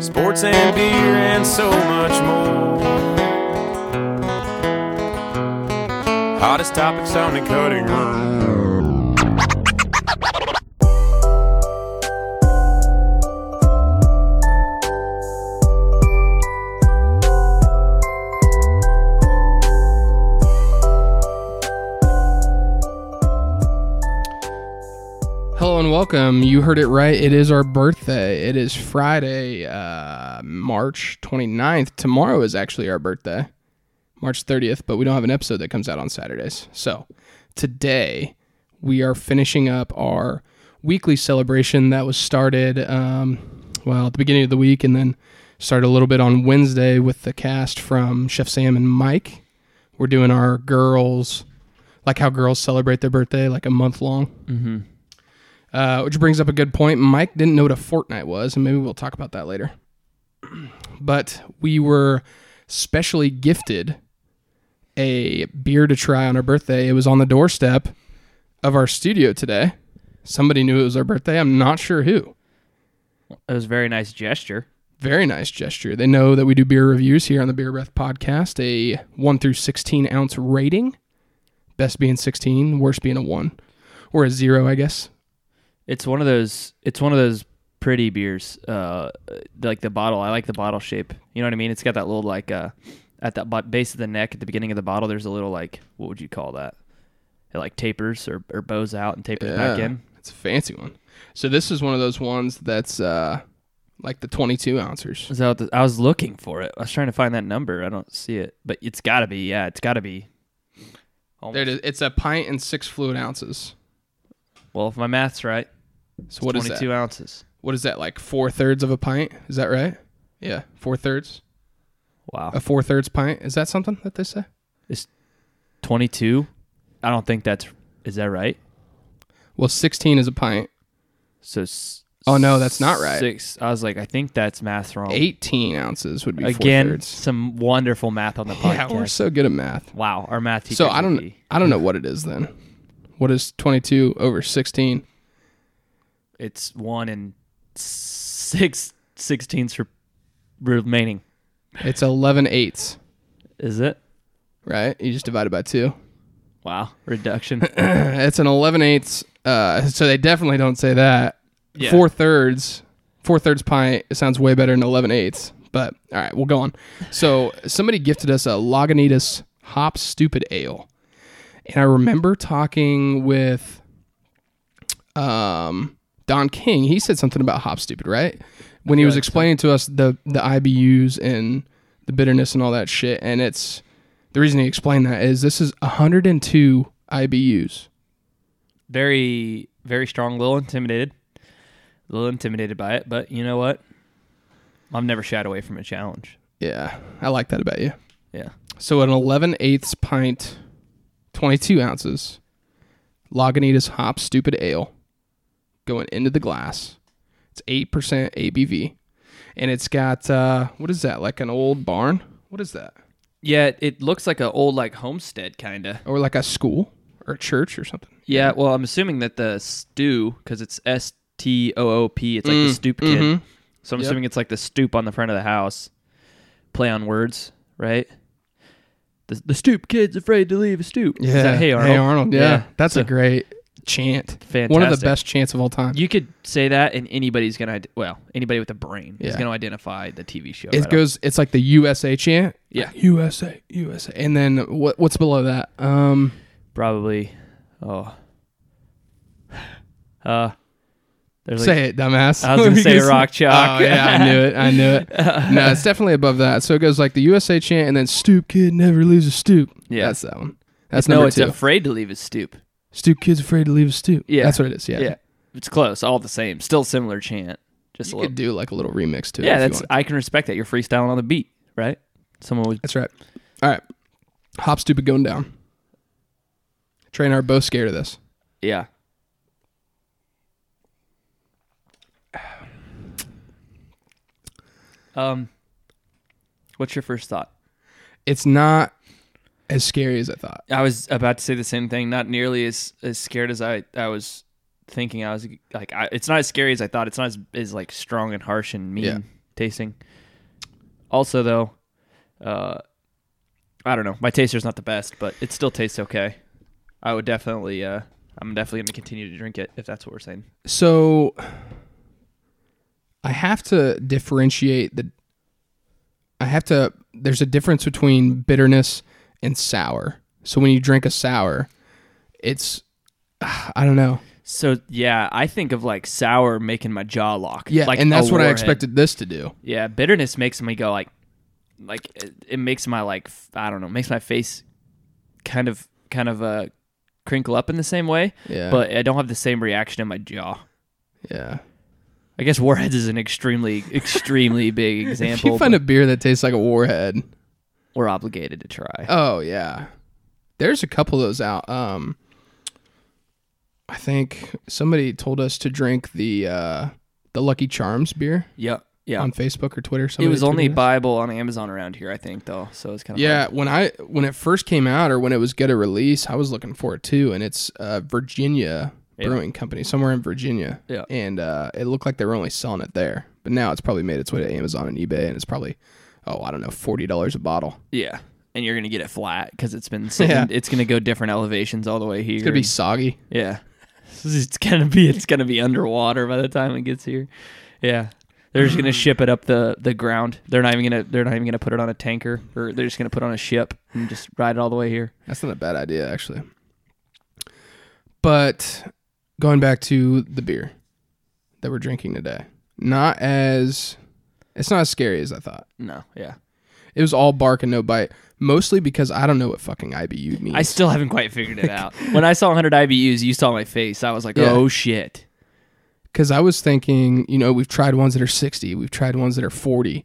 sports and beer and so much more. Hottest topics on the cutting room. Hello and welcome. You heard it right. It is our birthday. It is Friday, uh, March 29th. Tomorrow is actually our birthday, March 30th, but we don't have an episode that comes out on Saturdays. So today we are finishing up our weekly celebration that was started, um, well, at the beginning of the week and then started a little bit on Wednesday with the cast from Chef Sam and Mike. We're doing our girls, like how girls celebrate their birthday, like a month long. Uh, which brings up a good point. Mike didn't know what a fortnight was, and maybe we'll talk about that later. but we were specially gifted a beer to try on our birthday. It was on the doorstep of our studio today. Somebody knew it was our birthday. I'm not sure who. It was a very nice gesture. Very nice gesture. They know that we do beer reviews here on the Beer Breath podcast, a 1 through 16 ounce rating, best being 16, worst being a 1 or a 0, I guess. It's one of those. It's one of those pretty beers. Uh, like the bottle. I like the bottle shape. You know what I mean? It's got that little like uh, at the bo- base of the neck at the beginning of the bottle. There's a little like what would you call that? It like tapers or, or bows out and tapers back Yeah, in. It's a fancy one. So this is one of those ones that's uh like the 22 ouncers. Is that what the, I was looking for it. I was trying to find that number. I don't see it, but it's got to be. Yeah, it's got to be. There it is. It's a pint and six fluid ounces. Well, if my math's right, So what is twenty-two that? ounces. What is that like? Four thirds of a pint? Is that right? Yeah, four thirds. Wow, A four thirds pint. Is that something that they say? it's twenty-two. I don't think that's. Is that right? Well, 16 is a pint. So. s- Oh, no, that's not right. Six. I was like, I think that's math wrong. 18 ounces would be Again, four thirds. some wonderful math on the podcast. Yeah, we're so good at math. wow, our math teacher. So I don't I don't know what it is then. What is 22 over 16? It's one and six sixteenths re- remaining. It's 11 eighths, Is it? right? You just divide it by 2. Wow, reduction. It's an 11 eighths. Uh, so they definitely don't say that. Yeah. Four thirds, four thirds pint sounds way better than 11 eighths. But all right, we'll go on. So somebody gifted us a Lagunitas Hop Stupid Ale, and I remember talking with um, Don King. He said something about Hop Stupid, right? When he was explaining to us the the IBUs and the bitterness and all that shit, and it's the reason he explained that is this is 102 IBUs. very, very strong. A little intimidated. A little intimidated by it, but you know what? I've never shied away from a challenge. Yeah, I like that about you. Yeah. So an 11 eighths pint, 22 ounces, Lagunitas Hop Stupid Ale going into the glass. It's 8% ABV. And it's got, uh, what is that, like an old barn? What is that? Yeah, it- it looks like an old like homestead kind of. Or like a school or a church or something. Yeah, well, I'm assuming that the stew because it's S T O O P. It's like the stoop kid. mhm. So I'm Yep. assuming it's like the stoop on the front of the house. Play on words, right? The, the stoop kid's afraid to leave a stoop. Is that Hey Arnold. Yeah. That's So a great chant. One of the Fantastic. best chants of all time. You could say that, and anybody's gonna ide- well, anybody with a brain is Yeah. gonna identify the TV show. It I don't- goes. It's like the USA chant. Yeah. Like, USA, USA, and then what? What's below that? Um, probably. Oh. Uh, there's like, say it, dumbass. I was gonna say rock chalk. Oh yeah, I knew it. I knew it. no, it's definitely above that. So it goes like the USA chant, and then stoop kid never leaves a stoop. Yeah. that's that one. That's no, number it's two. afraid to leave a stoop. stoop kid's afraid to leave a stoop. Yeah. that's what it is. Yeah, Yeah. It's close, all the same. Still similar chant. Just You a little. could do like a little remix to it. yeah, if you that's want. I can respect that. You're freestyling on the beat, right? Someone was that's right. All right, hop stupid going down. Trey and I are both scared of this. yeah. Um what's your first thought? It's not as scary as I thought. I was about to say the same thing, not nearly as as scared as I I was thinking I was like I, it's not as scary as I thought. It's not as, as like strong and harsh and mean. Yeah. tasting. Also, though, uh, I don't know. My taster's not the best, but it still tastes okay. I would definitely, uh, I'm definitely gonna continue to drink it if that's what we're saying. So I have to differentiate the I have to there's a difference between bitterness and sour. So when you drink a sour, it's I don't know. So yeah, I think of like sour making my jaw lock. Yeah, like and a that's what I warhead. expected this to do. Yeah, bitterness makes me go like, like it, it makes my like f- I don't know, makes my face kind of kind of uh crinkle up in the same way, Yeah. but I don't have the same reaction in my jaw. yeah. I guess warheads is an extremely extremely big If example. you find but a beer that tastes like a warhead, we're obligated to try. Oh yeah. There's a couple of those out. Um I think somebody told us to drink the uh the Lucky Charms beer yeah, yeah. on Facebook or Twitter. it Somebody was only tweeted us. Bible on Amazon around here, I think, though. So it's kind of Yeah, when I when it first came out or when it was gonna release, I was looking for it too, and it's uh, Virginia Yeah. Brewing Company, somewhere in Virginia. Yeah. And uh, it looked like they were only selling it there, but now it's probably made its way to Amazon and eBay, and it's probably oh I don't know forty dollars a bottle. yeah. And you're gonna get it flat because it's been sitting. Yeah. It's gonna go different elevations all the way here. It's gonna be soggy. Yeah. It's gonna be it's gonna be underwater by the time it gets here. Yeah. They're just gonna ship it up the, the ground. They're not even gonna they're not even gonna put it on a tanker or they're just gonna put it on a ship and just ride it all the way here. That's not a bad idea, actually. But going back to the beer that we're drinking today, not as it's not as scary as I thought. No, yeah. It was all bark and no bite, mostly because I don't know what fucking IBU means. I still haven't quite figured it out. when I saw 100 IBUs, you saw my face. I was like, Yeah. "Oh shit!" Because I was thinking, you know, we've tried ones that are 60, we've tried ones that are 40.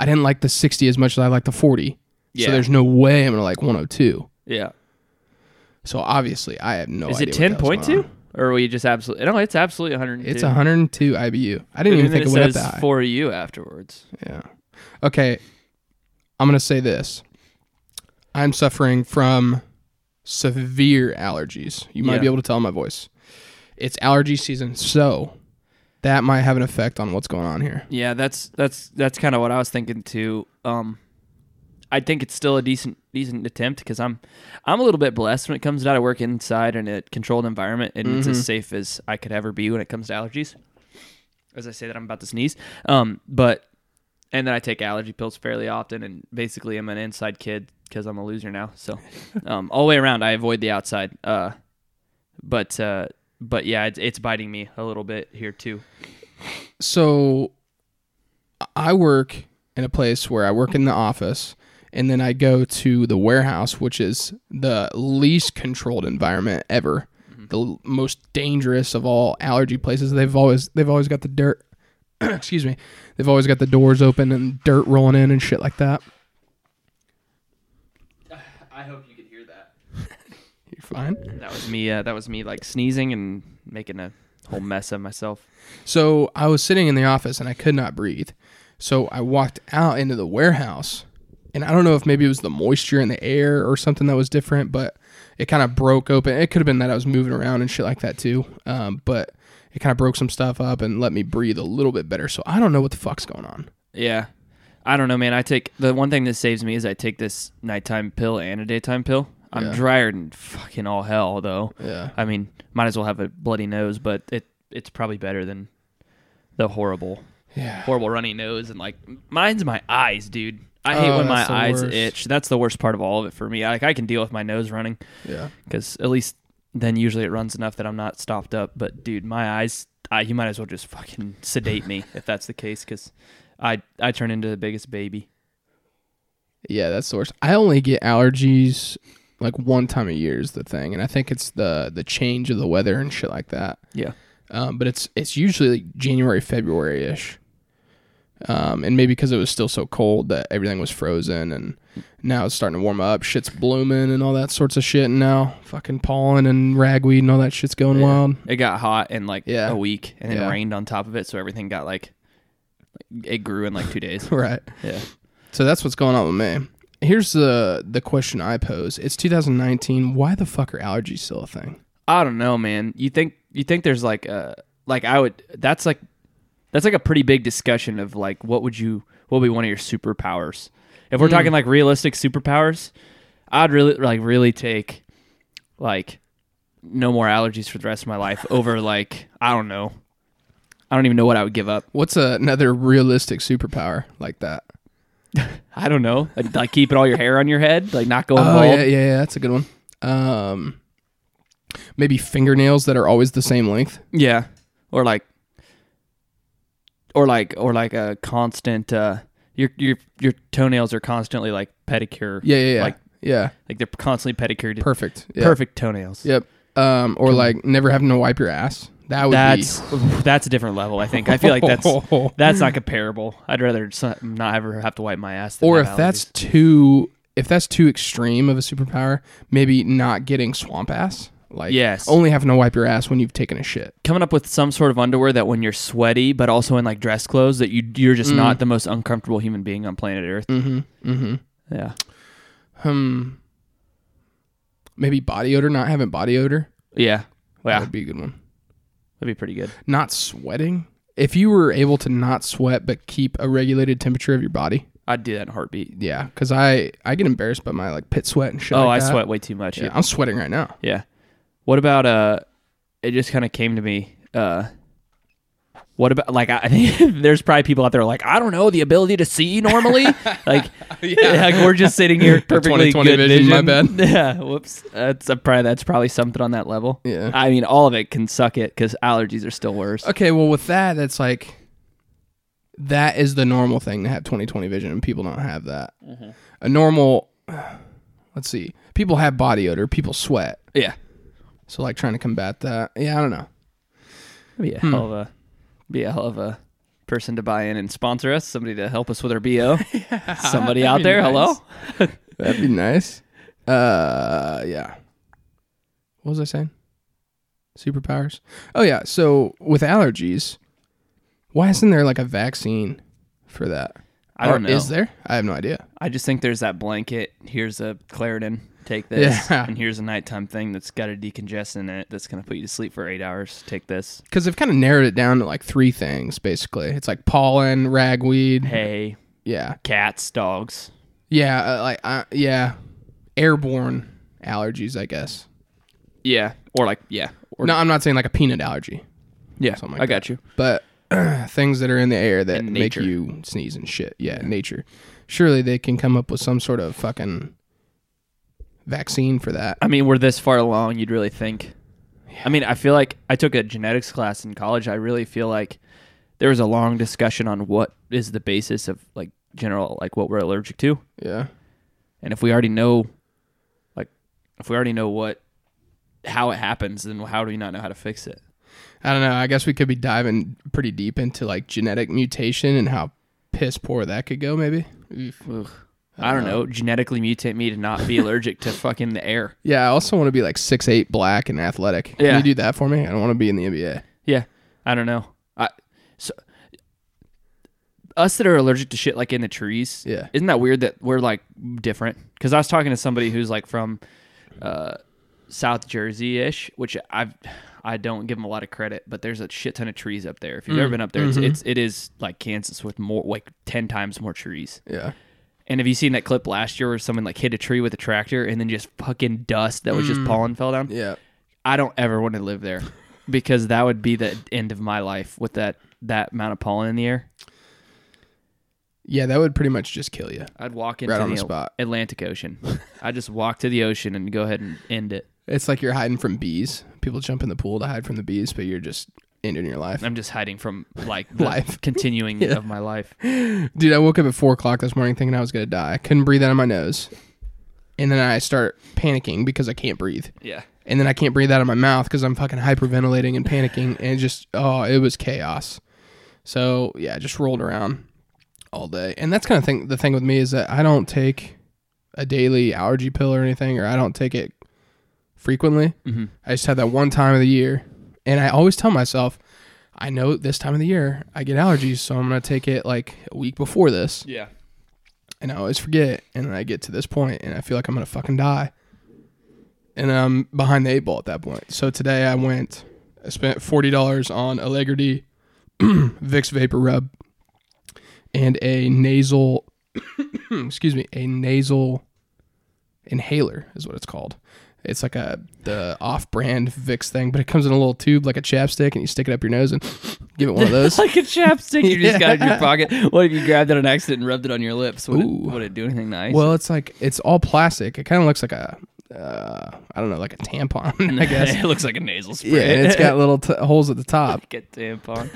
I didn't like the 60 as much as I like the 40. Mm-hmm. Yeah. So there's no way I'm going to like 102. Yeah, So obviously, I have no is idea. what it the hell's 10.2 going on. or were you just absolutely? No, it's absolutely 102. It's 102 IBU. I didn't even And then think it it went up says that high. for you afterwards. Yeah. Okay. I'm going to say this. I'm suffering from severe allergies. You might Yeah. be able to tell in my voice. It's allergy season, so that might have an effect on what's going on here. Yeah, that's that's that's kind of what I was thinking too. Um, I think it's still a decent decent attempt because I'm I'm a little bit blessed when it comes to I work inside in a controlled environment and it's as safe as I could ever be when it comes to allergies. As I say that, I'm about to sneeze. Um, but and then I take allergy pills fairly often, and basically I'm an inside kid because I'm a loser now. So, um, all the way around, I avoid the outside. Uh, but uh, but yeah, it's, it's biting me a little bit here too. So I work in a place where I work in the office and then I go to the warehouse, which is the least controlled environment ever. The l- most dangerous of all allergy places. They've always they've always got the dirt excuse me. They've always got the doors open and dirt rolling in and shit like that. I hope you can hear that. You're fine. That was me. Uh, that was me like sneezing and making a whole mess of myself. So I was sitting in the office and I could not breathe. So I walked out into the warehouse and I don't know if maybe it was the moisture in the air or something that was different, but it kind of broke open. It could have been that I was moving around and shit like that too. Um, but it kind of broke some stuff up and let me breathe a little bit better. So I don't know what the fuck's going on. Yeah, I don't know, man. I take the one thing that saves me is I take this nighttime pill and a daytime pill. I'm Yeah. drier than fucking all hell, though. Yeah. I mean, might as well have a bloody nose, but it it's probably better than the horrible, Yeah. horrible runny nose and like mine's my eyes, dude. I hate Oh, when my that's the eyes worst. itch. That's the worst part of all of it for me. Like I can deal with my nose running. Yeah. because at least then usually it runs enough that I'm not stopped up. But dude, my eyes, I, you might as well just fucking sedate me if that's the case, because I I turn into the biggest baby. Yeah, that's the worst. I only get allergies like one time a year is the thing. And I think it's the the change of the weather and shit like that. Yeah, um, but it's it's usually like January February ish, um, and maybe because it was still so cold that everything was frozen, and now it's starting to warm up. Shit's blooming and all that sorts of shit, and now fucking pollen and ragweed and all that shit's going wild. it got hot in like Yeah. a week, and then Yeah. rained on top of it, so everything got like it grew in like two days. Right. yeah, So that's what's going on with me. Here's the the question I pose: It's 2019. Why the fuck are allergies still a thing? I don't know, man. You think you think there's like uh like I would that's like that's like a pretty big discussion of like what would you what would be one of your superpowers. If Hmm. we're talking like realistic superpowers, I'd really like really take like no more allergies for the rest of my life over like I don't know. I don't even know what I would give up. What's another realistic superpower like that? I don't know. Like, like keeping all your hair on your head, like not going Oh bald. yeah, yeah, yeah, that's a good one. Um, maybe fingernails that are always the same length. Yeah. Or like or like or like a constant uh your your your toenails are constantly like pedicure. Yeah, yeah, yeah. Like yeah, like they're constantly pedicured. perfect. Yeah. Perfect toenails. Yep. Um, or like never having to wipe your ass. That would That's that's a different level, I think. I feel like that's be. that's not comparable. I'd rather just not- not ever have to wipe my ass. than or have if that's allergies. too if that's too extreme of a superpower, maybe not getting swamp ass. Like Yes. only having to wipe your ass when you've taken a shit. coming up with some sort of underwear that when you're sweaty, but also in like dress clothes, that you you're Mm. just not the most uncomfortable human being on planet Earth. Mm-hmm. Mm-hmm. Yeah, Hmm. Maybe body odor, not having body odor. yeah, That yeah. would be a good one. That'd be pretty good. Not sweating. If you were able to not sweat but keep a regulated temperature of your body, I'd do that in a heartbeat. yeah, because I I get embarrassed by my like pit sweat and shit. oh, like I that. sweat way too much. Yeah, Yeah. I'm sweating right now. Yeah. What about uh? It just kind of came to me. Uh, what about like I I think there's probably people out there like I don't know the ability to see normally like like we're just sitting here perfectly 20/20 good vision, vision. my Yeah. Whoops. That's a, probably that's probably something on that level. Yeah. I mean, all of it can suck it because allergies are still worse. Okay, well, with that, that's like that is the normal thing to have 20/20 vision, and people don't have that. Mm-hmm. A normal, let's see, people have body odor, people sweat, Yeah. so like trying to combat that. Yeah, I don't know. That'd be Hmm. a hell of a be a hell of a person to buy in and sponsor us. Somebody to help us with our bo. Somebody out be there. nice. Hello. That'd be nice. Uh, yeah. What was I saying? Superpowers. Oh yeah. So with allergies, why isn't there like a vaccine for that? I don't know. Is there? I have no idea. I just think there's that blanket. Here's a Claritin. Take this. Yeah. And here's a nighttime thing that's got a decongestant in it that's going to put you to sleep for eight hours. Take this. because they've kind of narrowed it down to like three things basically. It's like pollen, ragweed, Hey, yeah, cats, dogs. yeah, uh, like uh, yeah, airborne allergies, I guess. Yeah. Or like, yeah. Or, no, I'm not saying like a peanut allergy, yeah. something I like got you. but things that are in the air that And make nature. you sneeze and shit. Yeah, nature. Surely they can come up with some sort of fucking vaccine for that. I mean, we're this far along. You'd really think. I mean, I feel like I took a genetics class in college. I really feel like there was a long discussion on what is the basis of like general, like what we're allergic to. Yeah, And if we already know, like, if we already know what, how it happens, then how do we not know how to fix it? I don't know. I guess we could be diving pretty deep into like genetic mutation and how piss poor that could go. Maybe. Oof. I don't know. Genetically mutate me to not be allergic to fucking the air. Yeah, I also want to be like six eight, black, and athletic. Can Yeah. you do that for me? I don't want to be in the NBA. Yeah, I don't know. I so us that are allergic to shit like in the trees. Yeah. isn't that weird that we're like different? Because I was talking to somebody who's like from uh, South Jersey ish, which I've I don't give them a lot of credit, but there's a shit ton of trees up there. If you've ever been up there, it's, it's it is like Kansas with more like ten times more trees. Yeah. And have you seen that clip last year where someone like hit a tree with a tractor and then just fucking dust that was just pollen fell down? Yeah. I don't ever want to live there because that would be the end of my life with that that amount of pollen in the air. Yeah, that would pretty much just kill you. I'd walk into Right on the, the spot. Atlantic Ocean. I'd just walk to the ocean and go ahead and end it. It's like you're hiding from bees. People jump in the pool to hide from the bees, but you're just ending your life. I'm just hiding from like the Life. continuing of my life. Dude, I woke up at four o'clock this morning thinking I was gonna die. I couldn't breathe out of my nose. And then I start panicking because I can't breathe. Yeah. And then I can't breathe out of my mouth because I'm fucking hyperventilating and panicking. And it just, oh, it was chaos. So yeah, I just rolled around all day. And that's kind of thing. The thing with me is that I don't take a daily allergy pill or anything, or I don't take it frequently. Mhm. I just have that one time of the year. And I always tell myself, I know this time of the year I get allergies, so I'm going to take it like a week before this. Yeah. And I always forget. And then I get to this point and I feel like I'm going to fucking die. And I'm behind the eight ball at that point. So today I went, I spent $40 on Allegrity Vicks Vapor Rub, and a nasal, excuse me, a nasal inhaler is what it's called. It's like a the off-brand Vicks thing, but it comes in a little tube like a chapstick, and you stick it up your nose and give it one of those. like a chapstick you just got in your Yeah. pocket. What if you grabbed it on accident and rubbed it on your lips? Would, it, Ooh. would it do anything nice? Well, it's like it's all plastic. It kind of looks like a, uh, I don't know, like a tampon, I guess. it looks like a nasal spray. Yeah, and it's got little t- holes at the top. like a tampon.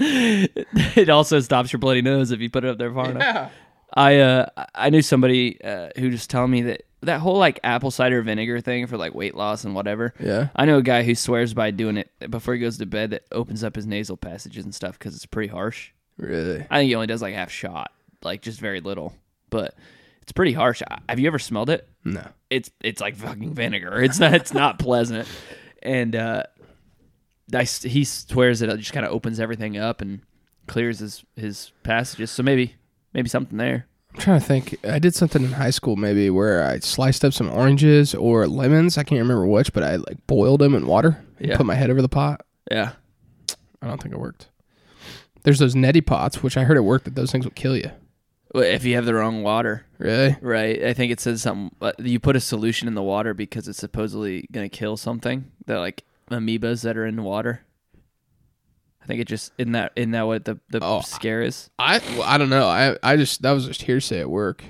it also stops your bloody nose if you put it up there far enough. I uh I knew somebody uh, who just told me that that whole like apple cider vinegar thing for like weight loss and whatever. Yeah. I know a guy who swears by doing it before he goes to bed that opens up his nasal passages and stuff because it's pretty harsh. Really? I think he only does like half shot, like just very little, but it's pretty harsh. I- Have you ever smelled it? No. It's it's like fucking vinegar. It's not it's not pleasant, and uh, I s he swears that it just kind of opens everything up and clears his his passages. So maybe maybe something there. I'm trying to think. I did something in high school maybe where I sliced up some oranges or lemons. I can't remember which, but I like boiled them in water and Yeah. put my head over the pot. Yeah, I don't think it worked. There's those neti pots, which I heard it worked that those things will kill you. Well, if you have the wrong water, Really? right? I think it says something. uh, You put a solution in the water because it's supposedly gonna kill something. That like amoebas that are in water. I think it just in that in that what the the Oh, I- scare is. I well, I don't know. I I just that was just hearsay at work.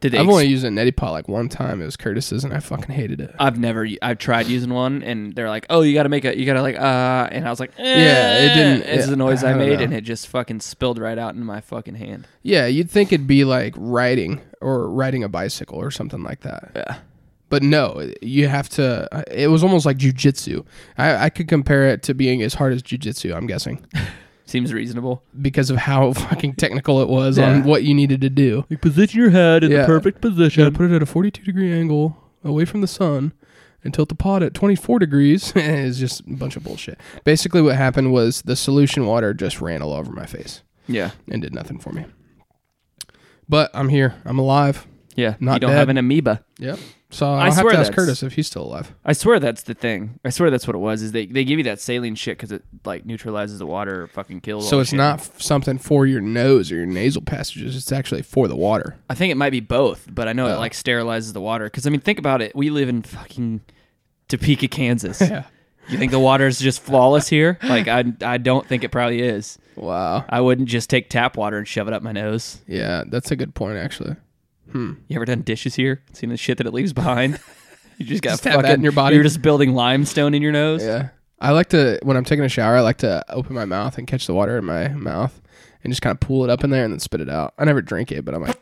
Did they? I've ex- only used a neti pot like one time. It was Curtis's, and I fucking hated it. I've never. I've tried using one, and they're like, "Oh, you got to make a. You got to like, uh." And I was like, Yeah, it "Eh." didn't- It's yeah, the noise I I, don't made, know. and it just fucking spilled right out in my fucking hand. Yeah, you'd think it'd be like riding or riding a bicycle or something like that. Yeah. But no, you have to. It was almost like jujitsu. I, I could compare it to being as hard as jujitsu. I'm guessing Seems reasonable. because of how fucking technical it was Yeah. on what you needed to do. Like position your head in the Yeah. perfect position. Put it at a 42 degree angle away from the sun and tilt the pot at 24 degrees. it's just a bunch of bullshit. Basically, what happened was the solution water just ran all over my face Yeah, and did nothing for me. But I'm here. I'm alive. yeah. Not you don't have dead. an amoeba. Yep. So I I'll have swear to ask that's- Curtis if he's still alive. I swear that's the thing. I swear that's what it was. Is they, they give you that saline shit because it like neutralizes the water or fucking kills. all So the it's shit. not f- something for your nose or your nasal passages. It's actually for the water. I think it might be both, but I know Oh. it like sterilizes the water. Because I mean, think about it. We live in fucking Topeka, Kansas. Yeah. You think the water is just flawless here? Like I, I don't think it probably is. Wow. I wouldn't just take tap water and shove it up my nose. Yeah, that's a good point actually. You ever done dishes here? Seen the shit that it leaves behind? You just got Just have fucking. that in your body. You're just building limestone in your nose. Yeah. I like to when I'm taking a shower, I like to open my mouth and catch the water in my mouth and just kind of pull it up in there and then spit it out. I never drink it, but I'm like,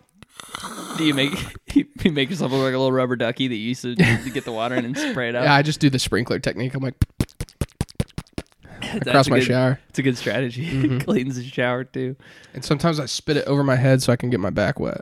Do you make you make yourself look like a little rubber ducky that you used to, to get the water in and spray it out? yeah, I just do the sprinkler technique. I'm like That's across a my good- shower. Mm-hmm. It's a good strategy. Cleans the shower too. And sometimes I spit it over my head so I can get my back wet.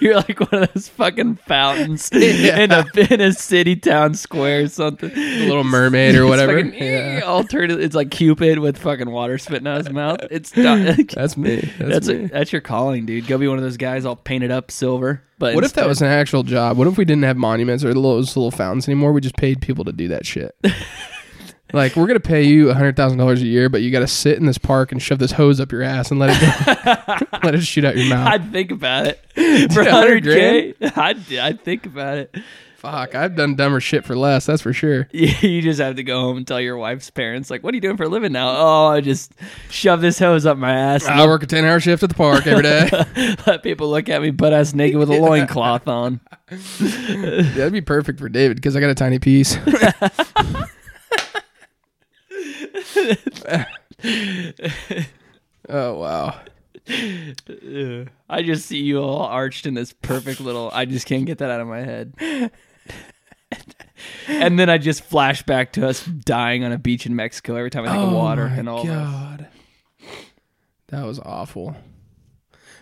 You're like one of those fucking fountains in a in a city town square or something. The little mermaid or It's whatever. fucking, Yeah. eh, alternative. It's like Cupid with fucking water spitting out his mouth. It's done. That's me. That's, That's me. a, that's your calling, dude. Go be one of those guys all painted up silver. But What if that instead- was an actual job? What if we didn't have monuments or those little fountains anymore? We just paid people to do that shit. like we're gonna pay you hundred thousand dollars a year, but you got to sit in this park and shove this hose up your ass and let it go, let it shoot out your mouth. I'd think about it for 100 hundred k. I'd I'd think about it. Fuck, I've done dumber shit for less. That's for sure. You you just have to go home and tell your wife's parents, like, "What are you doing for a living now?" Oh, I just shove this hose up my ass. I work a ten-hour shift at the park every day. Let people look at me butt ass naked with a loincloth on. That'd be perfect for David because I got a tiny piece. oh wow. Ugh. I just see you all arched in this perfect little. I just can't get that out of my head. and then I just flash back to us dying on a beach in Mexico every time I think of water Oh my and all that. God. That was awful.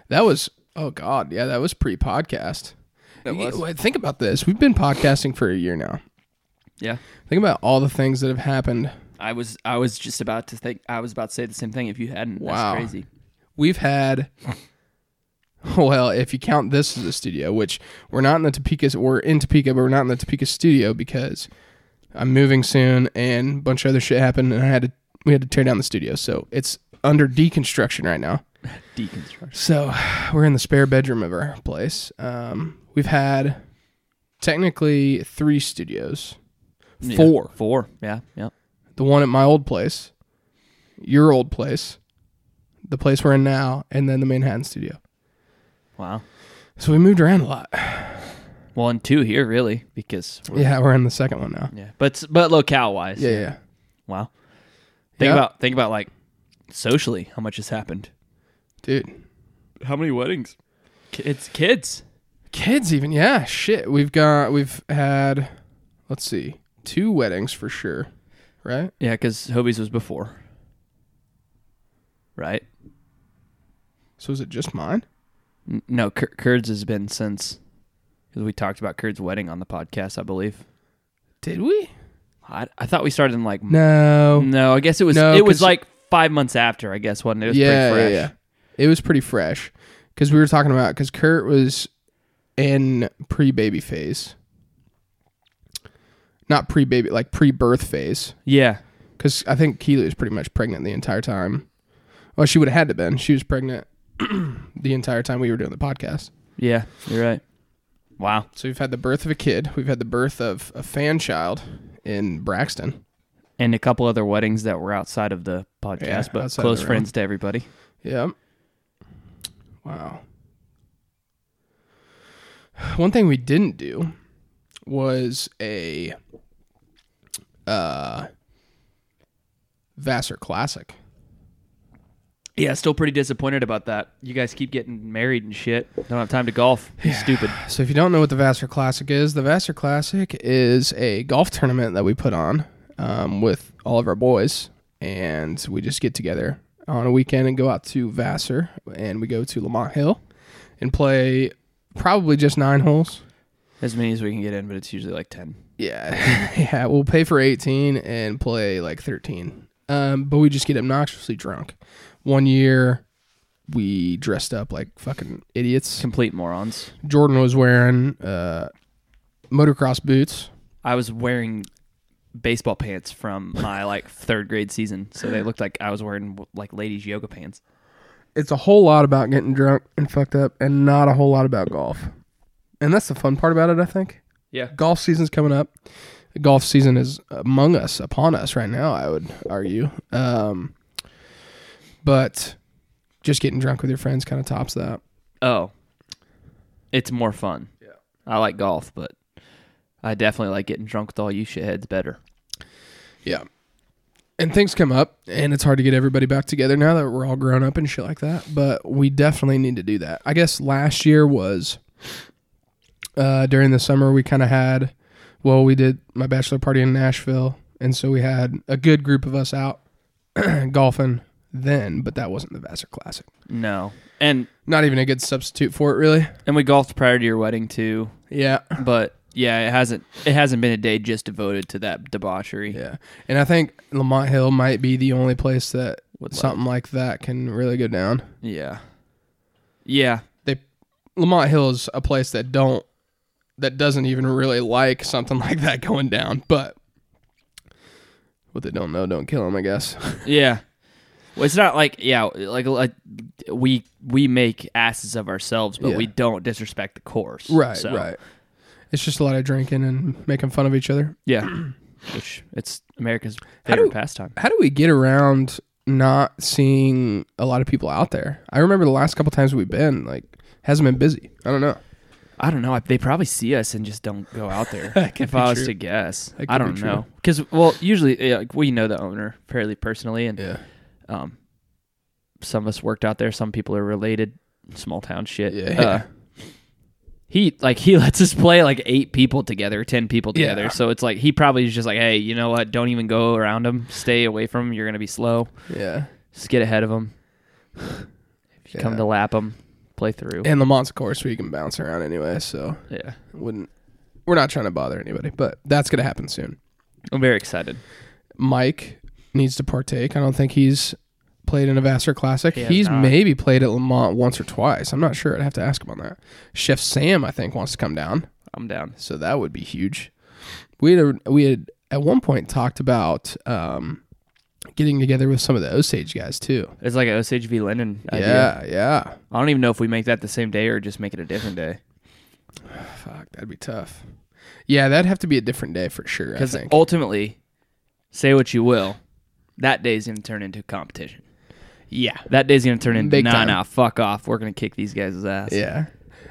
That was oh god, yeah, that was pre-podcast. That Y- was. wait, Think about this. We've been podcasting for a year now. Yeah, Think about all the things that have happened. I was. I was just about to think. I was about to say the same thing. If you hadn't, Wow. that's crazy. We've had well, if you count this as a studio, which we're not in the Topeka, we're in Topeka, but we're not in the Topeka studio because I'm moving soon and a bunch of other shit happened and I had to we had to tear down the studio, so it's under deconstruction right now. Deconstruction. So we're in the spare bedroom of our place. Um, we've had technically three studios, Yeah. four. Four. Yeah. Yeah. The one at my old place, your old place, the place we're in now, and then the Manhattan studio. Wow. So we moved around a lot. Well, and two here really because we're, Yeah, we're in the second one now. yeah. But s- but locale wise. Yeah, yeah. Wow. Think Yeah. about think about like socially how much has happened. Dude. How many weddings? It's kids. Kids even. Yeah, shit. We've got we've had let's see, two weddings for sure, right? Yeah, because Hobie's was before. Right? So is it just mine? N- No, Cur- Kurds has been since because we talked about Kurds' wedding on the podcast, I believe. Did we? I, I thought we started in like No. no, I guess it was No, it was 'cause- like five months after. I guess wasn't it? It was yeah, pretty fresh. yeah, yeah. It was pretty fresh because we were talking about because Kurt was in pre-baby phase, not pre-baby like pre-birth phase. Yeah. Because I think Keely was pretty much pregnant the entire time. Well, she would have had to been. She was pregnant the entire time we were doing the podcast. Yeah, you're right. Wow. So we've had the birth of a kid. We've had the birth of a fan child in Braxton. And a couple other weddings that were outside of the podcast, Yeah, but outside close the realm. friends to everybody. Yep. Wow. One thing we didn't do was a uh Vassar Classic. Yeah, still pretty disappointed about that. You guys keep getting married and shit. Don't have time to golf. Stupid. So if you don't know what the Vassar Classic is, the Vassar Classic is a golf tournament that we put on um, with all of our boys, and we just get together on a weekend and go out to Vassar, and we go to Lamont Hill and play probably just nine holes. As many as we can get in, but it's usually like ten. Yeah, yeah, we'll pay for eighteen and play like thirteen, um, but we just get obnoxiously drunk. One year, we dressed up like fucking idiots. Complete morons. Jordan was wearing uh, motocross boots. I was wearing baseball pants from my like third grade season, so they looked like I was wearing like ladies yoga pants. It's a whole lot about getting drunk and fucked up, and not a whole lot about golf. And that's the fun part about it, I think. Yeah. Golf season's coming up. Golf season is among us, upon us right now. I would argue, um, but just getting drunk with your friends kind of tops that. Oh, it's more fun. Yeah. I like golf, but I definitely like getting drunk with all you shitheads better. Yeah. And things come up, and it's hard to get everybody back together now that we're all grown up and shit like that. But we definitely need to do that. I guess last year was uh, during the summer, we kind of had, well, we did my bachelor party in Nashville. And so we had a good group of us out golfing then, but that wasn't the Vassar Classic. No, and Not even a good substitute for it, really. and we golfed prior to your wedding too, Yeah. but yeah, it hasn't it hasn't been a day just devoted to that debauchery. Yeah. And I think Lamont Hill might be the only place that Would love- something like that can really go down. yeah, yeah. they Lamont Hill is a place that don't that doesn't even really like something like that going down, but what they don't know don't kill them, I guess. Yeah. Well, it's not like yeah, like, like we we make asses of ourselves, but Yeah. we don't disrespect the course. right, So, right. It's just a lot of drinking and making fun of each other. Yeah. Which it's America's How do- favorite pastime. How do we get around not seeing a lot of people out there? I remember the last couple times we've been like hasn't been busy. I don't know. I don't know. I, they probably see us and just don't go out there. That could if be I was true. to guess, That I could be don't true. know. Because well, usually yeah, like, we know the owner fairly personally, and Yeah. um, some of us worked out there. Some people are related. Small town shit. Yeah. Uh, he like he lets us play like eight people together, ten people Yeah. together. So it's like he probably is just like, hey, you know what? Don't even go around him. Stay away from him. You're gonna be slow. yeah. Just get ahead of him. If you come Yeah. to lap him, play through. And Lamont's a course where you can bounce around anyway, so yeah, wouldn't we're not trying to bother anybody, but that's gonna happen soon. I'm very excited. Mike needs to partake. I don't think he's played in a Vassar Classic. He has he's not. maybe played at Lamont once or twice. I'm not sure. I'd have to ask him on that. Chef Sam, I think, wants to come down, I'm down. so that would be huge. We had a, we had at one point talked about um, getting together with some of the Osage guys too. It's like an Osage v. Lennon idea. Yeah, yeah. I don't even know if we make that the same day or just make it a different day. Fuck, that'd be tough. Yeah, that'd have to be a different day for sure. I Because think. ultimately, say what you will, that day's going to turn into a competition. yeah, That day's going to turn into, Big nah, time. nah, fuck off. We're going to kick these guys' ass. yeah.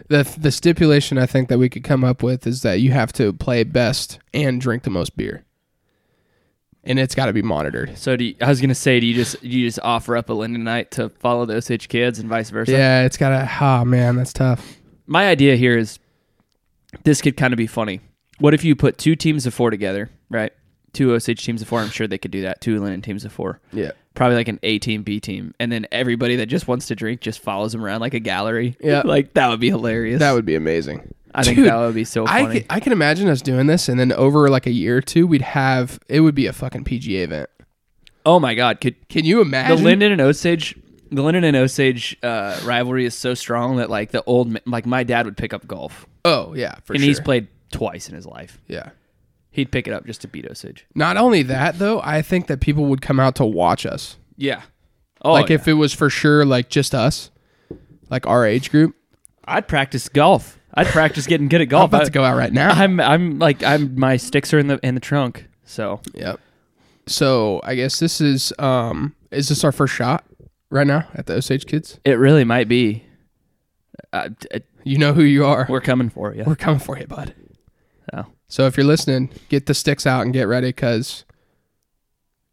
The the stipulation I think that we could come up with is that you have to play best and drink the most beer, and it's got to be monitored. So do you, I was gonna say, do you just do you just offer up a Linden night to follow the Osage kids and vice versa? Yeah, it's got to. Ah, man, that's tough. My idea here is this could kind of be funny. What if you put two teams of four together, right? Two Osage teams of four. I'm sure they could do that. Two Linden teams of four. Yeah, Probably like an A team, B team, and then everybody that just wants to drink just follows them around like a gallery. Yeah. like that would be hilarious. that would be amazing. I think Dude, that would be so I funny. ca- I can imagine us doing this, and then over like a year or two, we'd have it would be a fucking PGA event. oh my god, could Can you the imagine? Linden and Osage, the Linden and Osage uh, rivalry is so strong that like the old ma- like my dad would pick up golf. Oh yeah, for and sure. he's played twice in his life. yeah. He'd pick it up just to beat Osage. Not only that though, I think that people would come out to watch us. Yeah. Oh, like if it was for sure like just us, like our age group. I'd practice golf. I'd practice getting good at I'm golf. about Oh, I, to go out right now. I'm I'm like I'm my sticks are in the in the trunk. So yep. So I guess this is um is this our first shot right now at the Osage kids? it really might be. Uh, t- it- You know who you are. we're Oh. coming for you. We're coming for you, bud. So. So if you're listening, get the sticks out and get ready because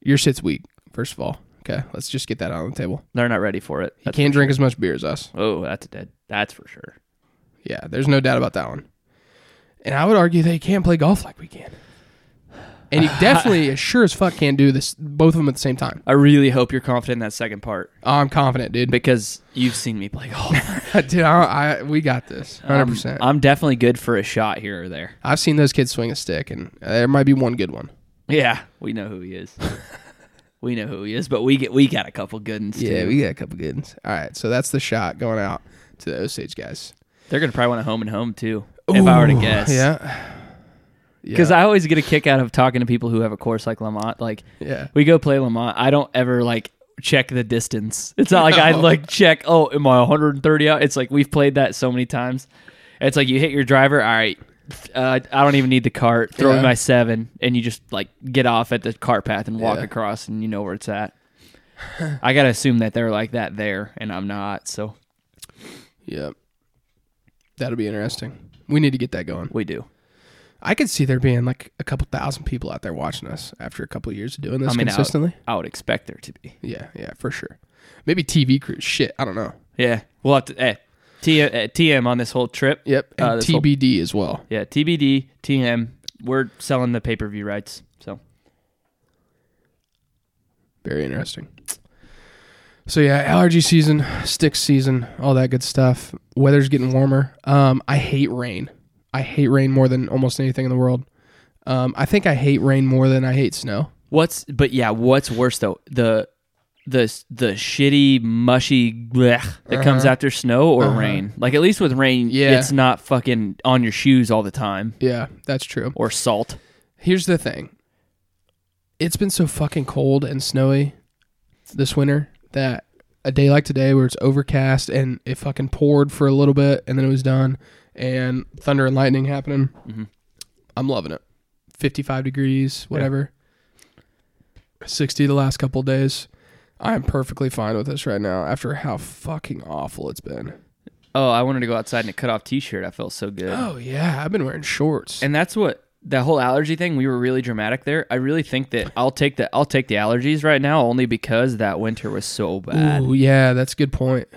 your shit's weak. First of all, okay, let's just get that out on the table. They're not ready for it. You That's- can't drink as much beer as us. oh, that's dead. That's for sure. Yeah, there's no doubt about that one. And I would argue that you can't play golf like we can. And you definitely, as sure as fuck, can't do this both of them at the same time. I really hope you're confident in that second part I'm confident, dude. because you've seen me play golf. dude, I, I, we got this, hundred I'm- percent. I'm definitely good for a shot here or there. I've seen those kids swing a stick, and there might be one good one. Yeah, we know who he is. we know who he is, but we get we got a couple good ones too. got a couple good ones. All right, so that's the shot going out to the Osage guys. They're gonna probably want a home and home too, if I were to Ooh, guess. yeah, because I always get a kick out of talking to people who have a course like Lamont. Like yeah. we go play Lamont, I don't ever like check the distance. It's not like I No. like check. Oh, am I 130 out? It's like we've played that so many times. It's like you hit your driver. All right. Uh, I don't even need the cart. Throw Yeah. in my seven, and you just like get off at the cart path and walk Yeah. across, and you know where it's at. I gotta assume that they're like that there, and I'm not. So Yep. That'll be interesting. We need to get that going. we do. I could see there being like a couple thousand people out there watching us after a couple of years of doing this I mean, I would- consistently. I would expect there to be. Yeah, yeah, for sure. Maybe TV crews. Shit, I don't know. Yeah, we'll have to. Eh, T, uh, TM on this whole trip. Yep, and Uh, this whole- TBD as well. Yeah, TBD, TM. We're selling the pay per view rights. So Very interesting. So yeah, allergy season, stick season, all that good stuff. Weather's getting warmer. Um, I hate rain. I hate rain more than almost anything in the world. Um, I think I hate rain more than I hate snow. what's? But yeah, what's worse though the the the shitty mushy blech that comes after snow or rain. Like at least with rain, Yeah. it's not fucking on your shoes all the time Yeah, that's true. or salt. Here's the thing. It's been so fucking cold and snowy this winter that a day like today where it's overcast and it fucking poured for a little bit and then it was done and thunder and lightning happening. I'm loving it. 55 degrees, whatever. 60 the last couple days. I am perfectly fine with this right now after how fucking awful it's been. Oh, I wanted to go outside in a cut off t shirt. I felt so good. Oh yeah, I've been wearing shorts. And that's what that whole allergy thing. We were really dramatic there. I really think that I'll take the I'll take the allergies right now only because that winter was so bad. Ooh, yeah, that's a good point.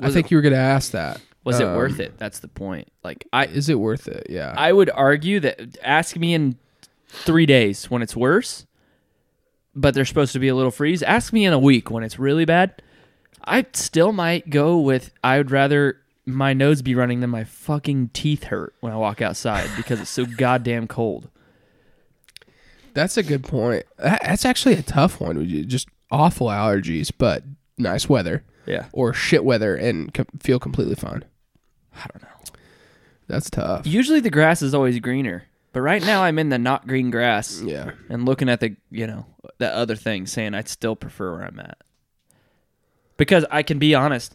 I Was think you were going to ask that. Was Um, it worth it? That's the point. Like I Is it worth it? Yeah. I would argue that ask me in three days when it's worse, but there's supposed to be a little freeze. Ask me in a week when it's really bad. I still might go with I would rather my nose be running than my fucking teeth hurt when I walk outside because it's so goddamn cold. that's a good point. That, that's actually a tough one. Would you- Just awful allergies, but nice weather Yeah. or shit weather and com- feel completely fine. I don't know. That's tough. Usually the grass is always greener. But right now I'm in the not green grass Yeah. and looking at the you know the other thing, saying I'd still prefer where I'm at. Because I can be honest,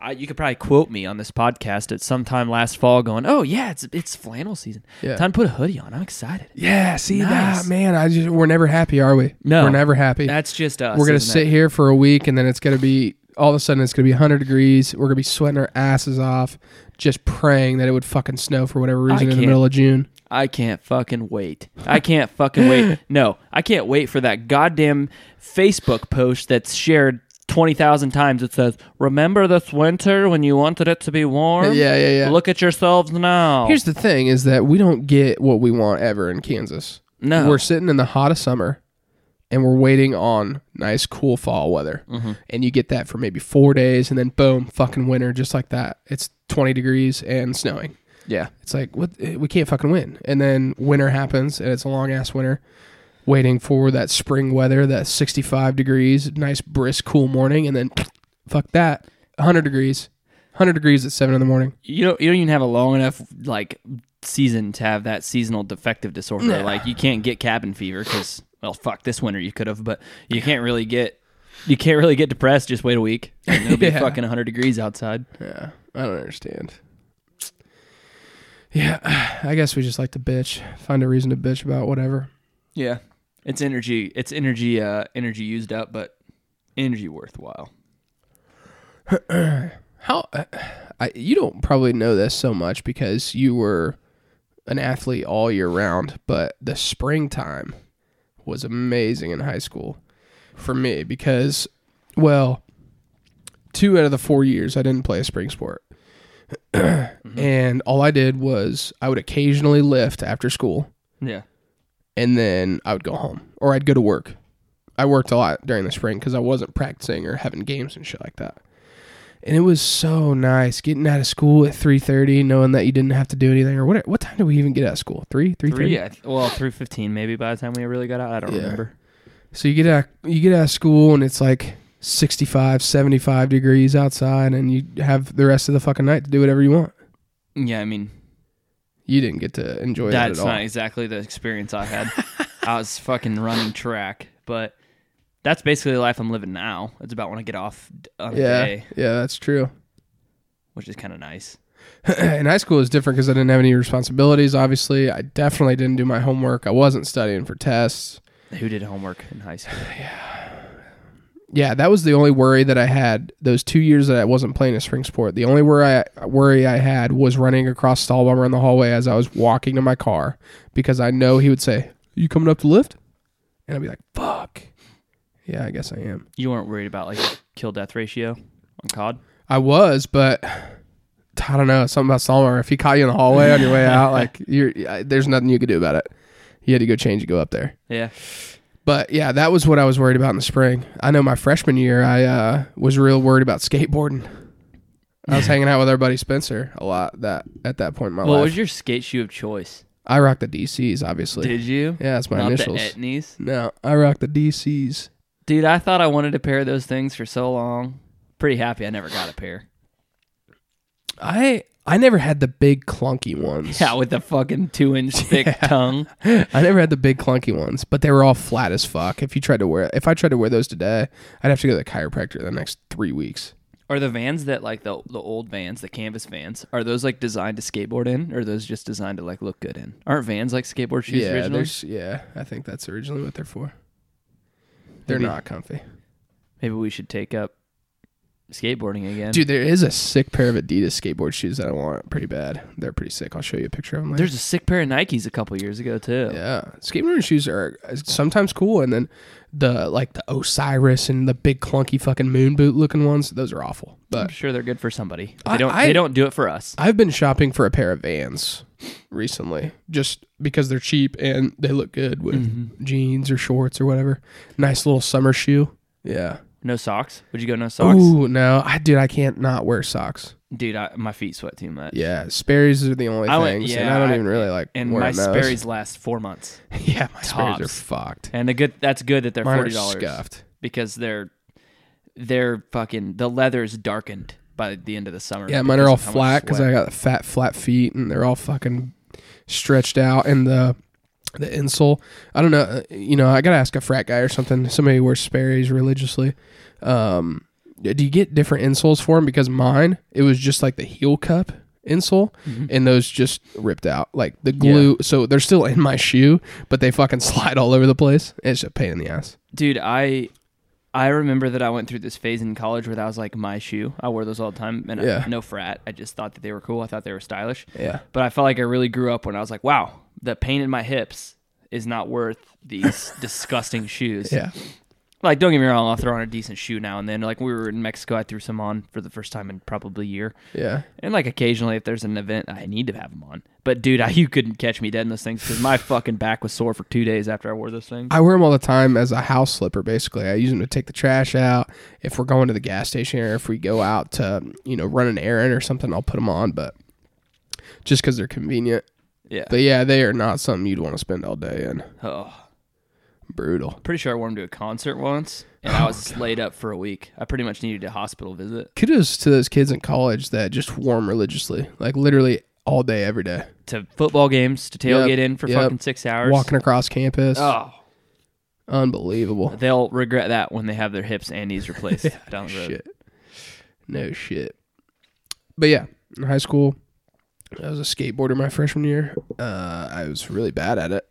I, you could probably quote me on this podcast at some time last fall, going, "Oh yeah, it's it's flannel season. Yeah. Time to put a hoodie on. I'm excited." Yeah. See Nice. that man. I just we're never happy, are we? No. We're never happy. That's just us. we're gonna isn't sit it? here for a week, and then it's gonna be all of a sudden it's gonna be 100 degrees. We're gonna be sweating our asses off, just praying that it would fucking snow for whatever reason in the can't- middle of June. I can't fucking wait. I can't fucking wait. No, I can't wait for that goddamn Facebook post that's shared 20,000 times. It says, Remember this winter when you wanted it to be warm? Yeah, yeah, yeah. Look at yourselves now. Here's the thing: is that we don't get what we want ever in Kansas. no. We're sitting in the hottest summer, and we're waiting on nice, cool fall weather, and you get that for maybe four days, and then boom, fucking winter, just like that. It's 20 degrees and snowing. yeah. It's like what eh, we can't fucking win. And then winter happens, and it's a long ass winter, waiting for that spring weather, that 65 degrees, nice brisk cool morning, and then fuck that, 100 degrees, 100 degrees at seven in the morning. You don't, you don't even have a long enough, like, season to have that seasonal defective disorder. Like, you can't get cabin fever because, well, fuck, this winter you could have, but you can't really get. You can't really get depressed. Just wait a week. And it'll be Yeah. fucking 100 degrees outside. Yeah, I don't understand. Yeah, I guess we just like to bitch, find a reason to bitch about whatever. Yeah. It's energy it's energy uh energy used up, but energy worthwhile. How uh, I, you don't probably know this so much because you were an athlete all year round, but the springtime was amazing in high school for me because, well, two out of the four years I didn't play a spring sport. and all I did was I would occasionally lift after school. Yeah. and then I would go home or I'd go to work. I worked a lot during the spring because I wasn't practicing or having games and shit like that. And it was so nice getting out of school at three thirty, knowing that you didn't have to do anything or what. What time did we even get out of school? Three, three Three thirty. yeah, well, three fifteen maybe by the time we really got out. I don't Yeah. remember. So you get out, you get out of school and it's like 65, 75 degrees outside, and you have the rest of the fucking night to do whatever you want. Yeah, I mean You didn't get to enjoy that's that at all. not exactly the experience I had. I was fucking running track, but that's basically the life I'm living now. It's about when I get off d- on a Yeah, day, yeah, that's true. which is kind of nice. in high school it was different because I didn't have any responsibilities. Obviously, I definitely didn't do my homework. I wasn't studying for tests. Who did homework in high school? Yeah, that was the only worry that I had those two years that I wasn't playing a spring sport. The only worry I, worry I had was running across Stahlbomber in the hallway as I was walking to my car because I know he would say, "You coming up to lift?" And I'd be like, "Fuck." Yeah, I guess I am. You weren't worried about like kill death ratio on COD? I was, but I don't know something about Stahlbomber. If he caught you in the hallway on your way out, like you're, I- there's nothing you could do about it. You had to go change and go up there. Yeah. But yeah, that was what I was worried about in the spring. I know my freshman year, I uh, was real worried about skateboarding. I was hanging out with our buddy Spencer a lot that at that point in my what life. was your skate shoe of choice? I rocked the DCs, obviously. Did you? yeah, that's my Not initials. the Etnies. no, I rocked the DCs. Dude, I thought I wanted a pair of those things for so long. Pretty happy I never got a pair. I I never had the big clunky ones. Yeah, with the fucking two inch thick tongue. I never had the big clunky ones, but they were all flat as fuck. If you tried to wear, if I tried to wear those today, I'd have to go to the chiropractor the next three weeks. Are the vans that like the the old vans, the canvas vans, are those like designed to skateboard in or are those just designed to like look good in? Aren't vans like skateboard shoes yeah, originally? there's- yeah, I think that's originally what they're for. They're Maybe. not comfy. Maybe we should take up skateboarding again. Dude, there is a sick pair of Adidas skateboard shoes that I want pretty bad. They're pretty sick. I'll show you a picture of them later. There's a sick pair of Nikes a couple years ago too. yeah, skateboard shoes are sometimes cool, and then the like the Osiris and the big clunky fucking moon boot looking ones. Those are awful. I'm But sure they're good for somebody. They I- don't I- they don't do it for us. I've been shopping for a pair of Vans recently, just because they're cheap and they look good with Mm-hmm. jeans or shorts or whatever. Nice little summer shoe. Yeah. No socks? Would you go no socks? Oh no, I dude, I can't not wear socks. Dude, I, my feet sweat too much. Yeah, Sperry's are the only I went- things, and yeah, I don't I- even really like And my wearing those. Sperry's last four months. Yeah, my Sperry's are Tops. fucked. And the good that's good that they're Mine are forty dollars scuffed. because they're they're fucking the leather is darkened by the end of the summer. Yeah, mine are all because of how much flat because I sweat. got fat, flat feet, and they're all fucking stretched out and the the insole. I don't know. uh, You know, I gotta ask a frat guy or something. Somebody who wears Sperry's religiously. Um, do you get different insoles for them? Because mine, it was just like the heel cup insole, Mm-hmm. and those just ripped out. Like the glue. So they're still in my shoe, but they fucking slide all over the place. It's a pain in the ass. Dude, I I remember that I went through this phase in college where that was like my shoe. I wore those all the time and I- Yeah. no frat. I just thought that they were cool. I thought they were stylish. Yeah. But I felt like I really grew up when I was like, wow, the pain in my hips is not worth these disgusting shoes. Yeah. Like, don't get me wrong, I'll throw on a decent shoe now and then. Like, we were in Mexico, I threw some on for the first time in probably a year. Yeah. And like occasionally, if there's an event, I need to have them on. But dude, I, you couldn't catch me dead in those things because my fucking back was sore for two days after I wore those things. I wear them all the time as a house slipper. Basically, I use them to take the trash out. If we're going to the gas station, or if we go out to you know run an errand or something, I'll put them on. But just because they're convenient, Yeah. but yeah, they are not something you'd want to spend all day in. oh. Brutal. Pretty sure I wore them to a concert once, and Oh I was laid up for a week. I pretty much needed a hospital visit. Kudos to those kids in college that just warm religiously, like literally all day, every day, To football games, to tailgate Yep, in for yep. fucking six hours. walking across campus. Oh, Unbelievable. they'll regret that when they have their hips and knees replaced down the road. Shit. No shit. But yeah, in high school, I was a skateboarder my freshman year. Uh, I was really bad at it,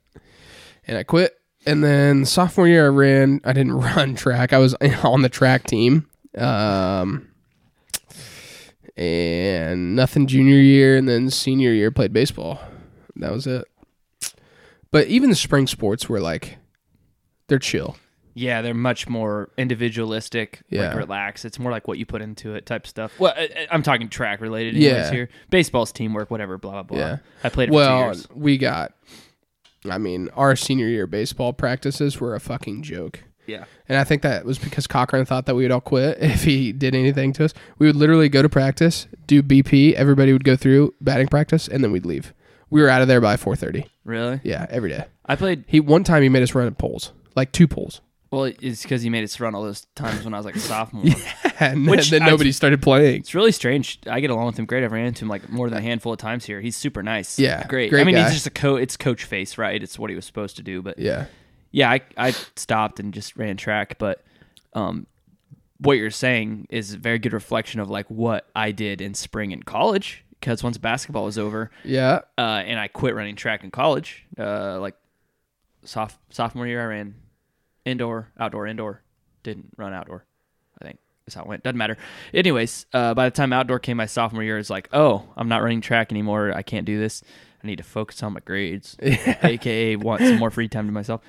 and I quit. And then sophomore year, I ran. I didn't run track. I was on the track team. Um, and nothing junior year, and then senior year played baseball. That was it. But even the spring sports were like, they're chill. Yeah, they're much more individualistic, Yeah. like relaxed. It's more like what you put into it type stuff. Well, I, I- I'm talking track related. Anyways Yeah. here, baseball's teamwork, whatever. Blah blah blah. Yeah. I played it well, um, for two years. we got. I mean, our senior year baseball practices were a fucking joke, Yeah, and I think that was because Cochran thought that we would all quit if he did anything to us. We would literally go to practice, do BP, everybody would go through batting practice, and then we'd leave. We were out of there by four thirty. really. Yeah, every day. I played. He one time he made us run poles, like two poles, Well, it's because you made us run all those times when I was like a sophomore. and Which then I- nobody started playing. It's really strange. I get along with him great. I've ran into him like more than a handful of times here. He's super nice. Uh, Yeah, great. great I mean, guy. he's just a co. It's coach face, right? It's what he was supposed to do. But Yeah, yeah, I, I stopped and just ran track, but um, what you're saying is a very good reflection of like what I did in spring in college. Because once basketball was over, yeah, uh, and I quit running track in college, uh, like soph- sophomore year, I ran indoor, outdoor, indoor. Didn't run outdoor. I think is how it went. Doesn't matter. Anyways, uh, by the time outdoor came my sophomore year, it's like, oh, I'm not running track anymore. I can't do this. I need to focus on my grades, aka want some more free time to myself.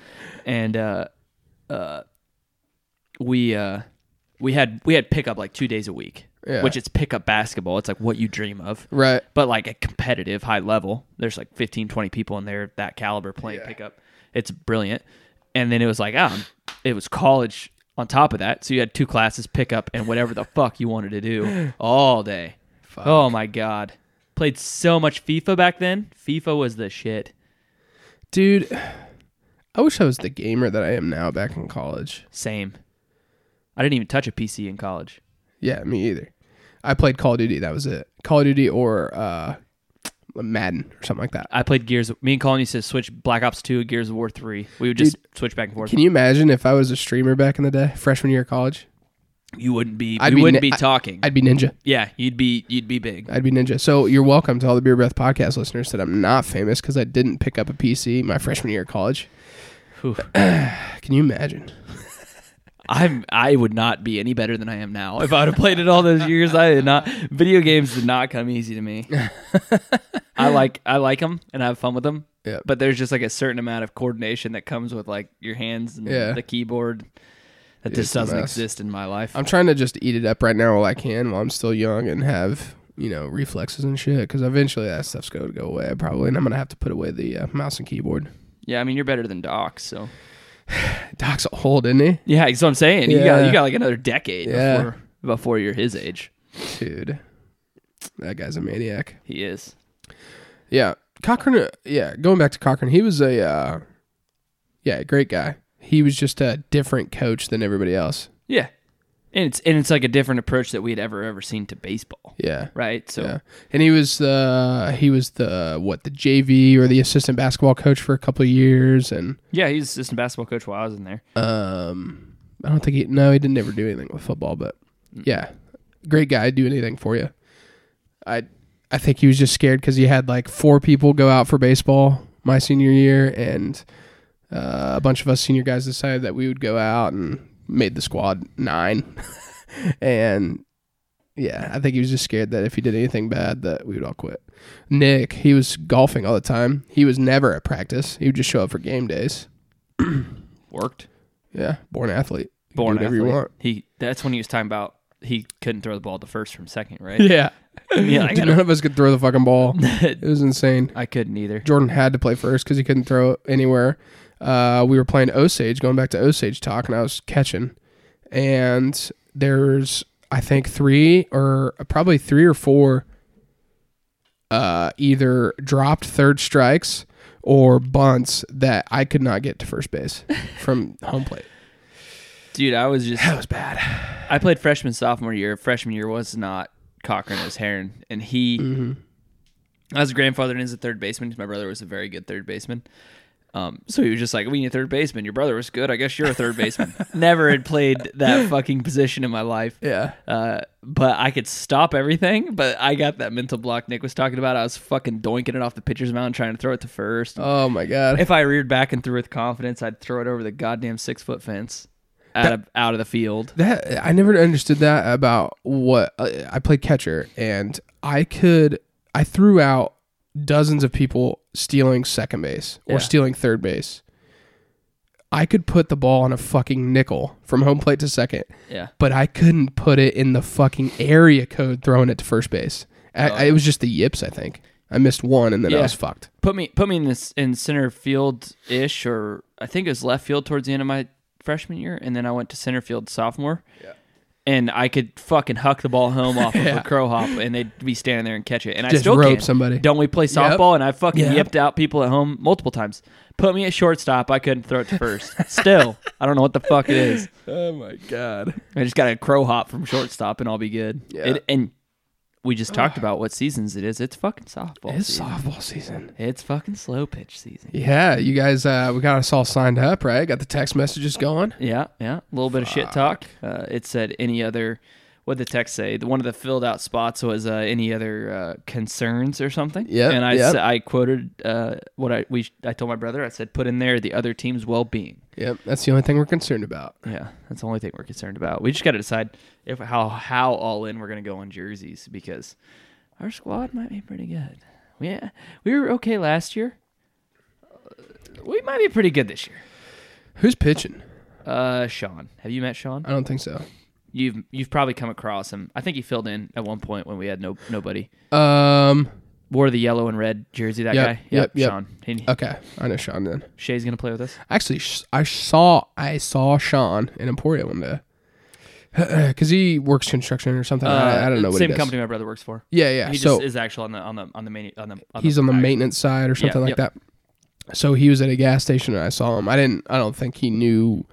And uh, uh, we uh, we had we had pickup like two days a week, Yeah. which it's pickup basketball. It's like what you dream of right. but like a competitive high level. There's like 15, 20 people in there that caliber playing pickup. It's brilliant. And then it was like, um, it was college on top of that. So you had two classes, pickup and whatever the fuck you wanted to do all day. Oh my God. Played so much FIFA back then. FIFA was the shit. Dude, I wish I was the gamer that I am now back in college. Same. I didn't even touch a PC in college. Yeah, me either. I played Call of Duty. That was it. Call of Duty or uh, Madden or something like that. I played Gears. Me and Colin used to switch Black Ops 2, Gears of War 3. We would just switch back and forth. Can you imagine if I was a streamer back in the day, freshman year of college? You wouldn't be. I'd we be wouldn't ne- be talking. I'd be ninja. yeah, you'd be. You'd be big. I'd be ninja. So you're welcome to all the Beer Breath podcast listeners that I'm not famous because I didn't pick up a PC my freshman year of college. Whew. Can you imagine? I'm I would not be any better than I am now. If I would have played it all those years, I did not. Video games did not come easy to me. I like I like them and I have fun with them. Yeah. But there's just like a certain amount of coordination that comes with like your hands and Yeah. the keyboard that It's just a doesn't mess. exist in my life. I'm trying to just eat it up right now while I can, while I'm still young and have you know reflexes and shit. Because eventually that stuff's going to go away probably, and I'm gonna have to put away the uh, mouse and keyboard. yeah, I mean you're better than Doc, so Doc's old, isn't he? yeah, that's what I'm saying. You got Yeah. you got like another decade Yeah. before before you're his age. Dude, that guy's a maniac. He is. Yeah, Cochran. uh, Yeah, going back to Cochran, he was a uh, yeah great guy. He was just a different coach than everybody else. Yeah. and it's and it's like a different approach that we had ever ever seen to baseball, Yeah. right? So Yeah. And he was the he was the what the JV or the assistant basketball coach for a couple of years, and yeah, he was assistant basketball coach while I was in there. um, I don't think he no he didn't ever do anything with football, but yeah, great guy. I'd do anything for you. I I think he was just scared because he had like four people go out for baseball my senior year, and uh, a bunch of us senior guys decided that we would go out and made the squad nine, and yeah, I think he was just scared that if he did anything bad, that we would all quit. Nick, he was golfing all the time. He was never at practice. He would just show up for game days. Worked. Yeah, born athlete. You can Born do whatever you athlete. want. He that's when he was talking about he couldn't throw the ball to first from second, right? Yeah, Yeah, I Dude, gotta- none of us could throw the fucking ball. it was insane. I couldn't either. Jordan had to play first because he couldn't throw it anywhere. Uh, we were playing Osage, going back to Osage talk, and I was catching. And there's, I think, three or probably three or four uh, either dropped third strikes or bunts that I could not get to first base from home plate. Dude, I was just That was bad. I played freshman sophomore year. Freshman year was not Cochran, it was Heron. And he Mm-hmm. I was grandfathered in as a third baseman 'cause my brother was a very good third baseman. Um, so he was just like, We need a third baseman. Your brother was good. I guess you're a third baseman. Never had played that fucking position in my life. Yeah. Uh, but I could stop everything. But I got that mental block Nick was talking about. I was fucking doinking it off the pitcher's mound, trying to throw it to first. Oh my god. If I reared back and threw with confidence, I'd throw it over the goddamn six foot fence out of out of the field. That I never understood that about what uh, I played catcher and I could I threw out dozens of people stealing second base or Yeah. stealing third base. I could put the ball on a fucking nickel from home plate to second, Yeah. but I couldn't put it in the fucking area code throwing it to first base. I, I- it was just the yips, I think. I missed one and then I Oh. Yeah. was fucked. Put me put me in this in center field ish or I think it was left field towards the end of my freshman year, and then I went to center field sophomore. Yeah. And I could fucking huck the ball home off of Yeah. a crow hop, and they'd be standing there and catch it. And I Just still rope can. somebody. Don't we play softball? And I fucking Yep. yipped out people at home multiple times. Put me at shortstop. I couldn't throw it to first. still, I don't know what the fuck it is. Oh my god. I just got to crow hop from shortstop, and I'll be good. Yeah. It, and we just talked about what seasons it is. It's fucking softball. It's season. softball season. It's fucking slow pitch season. Yeah, you guys uh we got us all signed up, right? Got the text messages going. Yeah, yeah. A little bit of shit talk. Uh, it said any other. What did the text say? The- One of the filled out spots was uh, any other uh, concerns or something. Yep, And I, yep. sa- I quoted uh, what I we I told my brother. I said put in there the other team's well being. Yep, that's the only thing we're concerned about. Yeah, that's the only thing we're concerned about. We just got to decide if how how all in we're gonna go on jerseys because our squad might be pretty good. We we were okay last year. Uh, We might be pretty good this year. Who's pitching? Uh, Sean, have you met Sean? I don't think so. You've you've probably come across him. I think he filled in at one point when we had no nobody. Um. Wore the yellow and red jersey. That Yep, guy. yep, yep. Uh, Sean. He, Okay, I know Sean then. Shay's gonna play with us. Actually, sh- I saw I saw Sean in Emporia one day because he works construction or something. I, I don't know what Uh, Same he does. company my brother works for. Yeah, yeah. He so just is actually on the on the on the main on the. On he's on the actual- maintenance side or something like that. yep. So he was at a gas station and I saw him. I didn't. I don't think he knew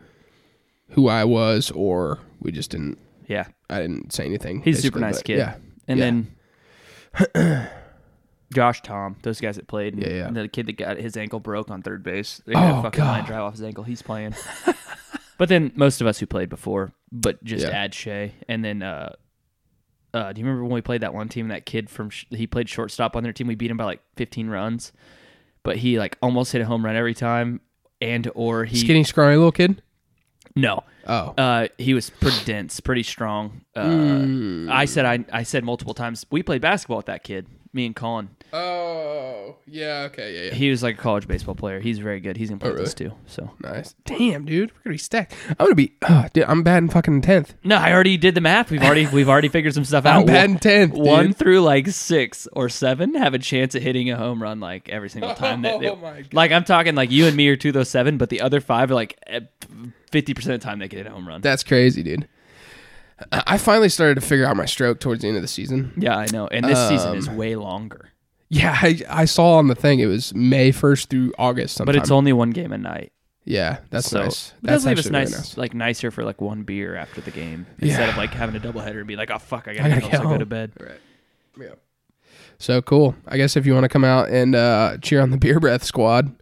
who I was, or we just didn't. Yeah. I didn't say anything. He's a super basically, nice but kid. Yeah, And yeah. then Josh Tom, those guys that played. and Yeah, yeah. The kid that got his ankle broke on third base. They got Oh, a fucking line God. drive off his ankle. He's playing. but then most of us who played before, but just Yeah. add Shea. And then uh uh, do you remember when we played that one team? That kid from sh- he played shortstop on their team. We beat him by like 15 runs, but he like almost hit a home run every time, and or he skinny, scrawny little kid. no, Oh, uh, he was pretty dense, pretty strong. Uh, Mm. Um, I said I, I said multiple times we played basketball with that kid, me and Colin. Oh, yeah, okay, yeah, yeah. He was like a college baseball player. He's very good. He's gonna Oh, play with us too. So Nice. Damn, dude. We're gonna be stacked. I'm gonna be oh, dude, I'm bad in fucking tenth. no, I already did the math. We've already we've already figured some stuff out. I'm bad in tenth. Uh, One dude. through like six or seven have a chance at hitting a home run like every single time. That they- Oh my God. Like I'm talking like you and me are two of those seven, but the other five are like eh, fifty percent of the time they get a home run. That's crazy, dude. I I finally started to figure out my stroke towards the end of the season. yeah, I know. And this season Um, is way longer. Yeah, I, I saw on the thing it was May first through August. Sometime. But it's only one game a night. Yeah, that's so nice. It does That's leave us actually really nice, like nicer for like one beer after the game Yeah. instead of like having a doubleheader and be like, oh fuck, I I gotta, gotta go, get so go home. to bed. Yeah. So cool. I guess if you want to come out and uh, cheer on the Beer Breath Squad,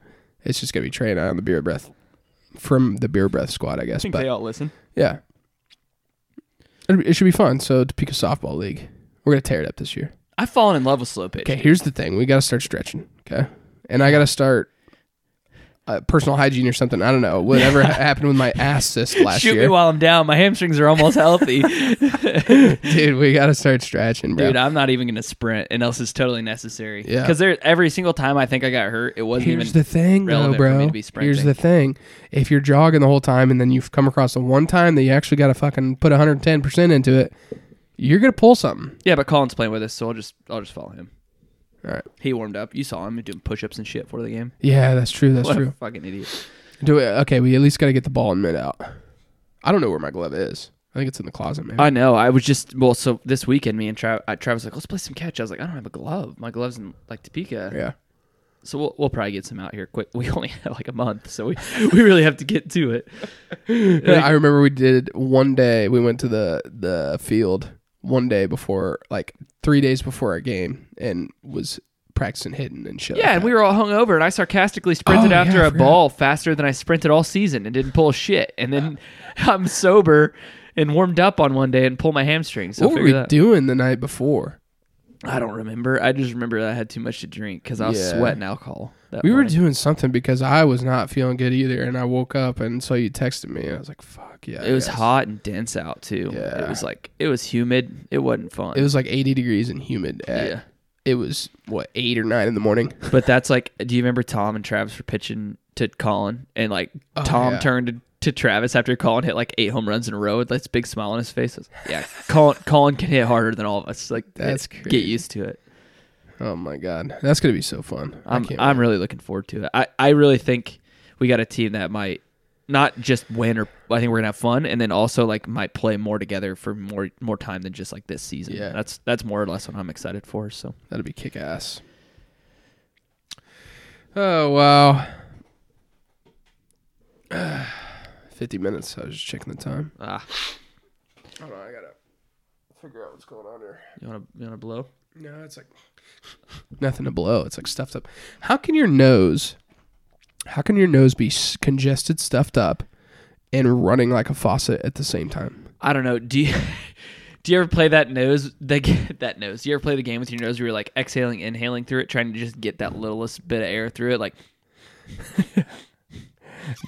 it's just gonna be Trey and I on the Beer Breath from the Beer Breath Squad, I I guess. think But they all listen. yeah, It'll be- it should be fun. So Topeka softball league, we're gonna tear it up this year. I've fallen in love with slow pitch. Okay, here's the thing: we gotta start stretching. Okay, and I gotta start. Uh, personal hygiene or something. I don't know. Whatever ha- happened with my ass cyst last Shoot year, me while I'm down. My hamstrings are almost healthy, dude. We gotta start stretching, bro. dude. I'm not even gonna sprint unless it's totally necessary. Yeah. Because there, every single time I think I got hurt, it wasn't Here's even. the thing, though, relevant for me bro. to be sprinting. Here's the thing: if you're jogging the whole time and then you've come across the one time that you actually got to fucking put 110 percent into it, you're gonna pull something. yeah, but Colin's playing with us, so I'll just I'll just follow him. All right. He warmed up. You saw him doing push-ups and shit for the game. Yeah, that's true. That's what a true. fucking idiot. Do it. Okay, we at least got to get the ball in mid out. I don't know where my glove is. I think it's in the closet, man. I know. I was just well. So this weekend, me and Trav, uh, Travis like, let's play some catch. I was like, I don't have a glove. My gloves in like Topeka. yeah. So we'll we'll probably get some out here quick. We only have like a month, so we we really have to get to it. Yeah, I remember we did one day. We went to the the field one day before, like three days before our game, and was practicing hitting and shit. Yeah, like and we were all hung over, and I sarcastically sprinted Oh, yeah, after I a forgot. ball faster than I sprinted all season and didn't pull shit. And then I'm sober and warmed up on one day and pull my hamstring. that. So what were figure we that- doing the night before? I don't remember. I just remember that I had too much to drink because I was Yeah. sweating alcohol. That We were morning. doing something because I was not feeling good either, and I woke up and so you texted me. And I was like, "Fuck yeah!" It was yes. hot and dense out too. Yeah. It was like it was humid. It wasn't fun. It was like 80 degrees and humid. At, yeah. It was what eight or nine in the morning. But that's like, do you remember Tom and Travis were pitching to Colin, and like Oh, Tom yeah. turned to, to Travis after Colin hit like eight home runs in a row with this big smile on his face. I was like, yeah, Colin, Colin can hit harder than all of us. Like, That's eh, crazy. get used to it. Oh my god, that's gonna be so fun. I I'm can't I'm wait. really looking forward to it. I I really think we got a team that might not just win or I think we're gonna have fun, and then also like might play more together for more more time than just like this season. Yeah. that's that's more or less what I'm excited for. So that'll be kick ass. Oh wow. 50 minutes. I was just checking the time. ah, Hold on, I gotta figure out what's going on here. you wanna you wanna blow? No, it's like nothing to blow. It's like stuffed up. How can your nose? How can your nose be s- congested, stuffed up, and running like a faucet at the same time? I don't know. Do you do you ever play that nose? That g- that nose. Do you ever play the game with your nose? Where you're like exhaling, inhaling through it, trying to just get that littlest bit of air through it. Like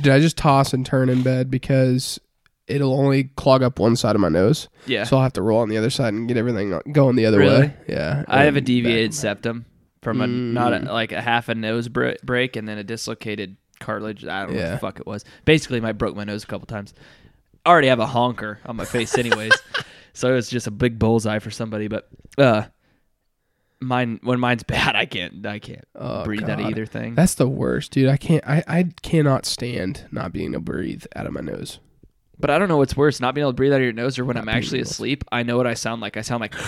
Did I just toss and turn in bed because it'll only clog up one side of my nose? yeah, So I'll have to roll on the other side and get everything going the other Really? way. Yeah, I have a and deviated back. septum from a not Mm. a, like a half a nose br- break and then a dislocated cartilage. I don't know what Yeah. the fuck it was. Basically, I broke my nose a couple times. I already have a honker on my face, anyways. so it was just a big bullseye for somebody. But uh, mine when mine's bad, I can't I can't Oh, breathe out of God. either thing. That's the worst, dude. I can't. I, I cannot stand not being able to breathe out of my nose. But I don't know what's worse, not being able to breathe out of your nose or when I'm being actually able to. asleep. I know what I sound like. I sound like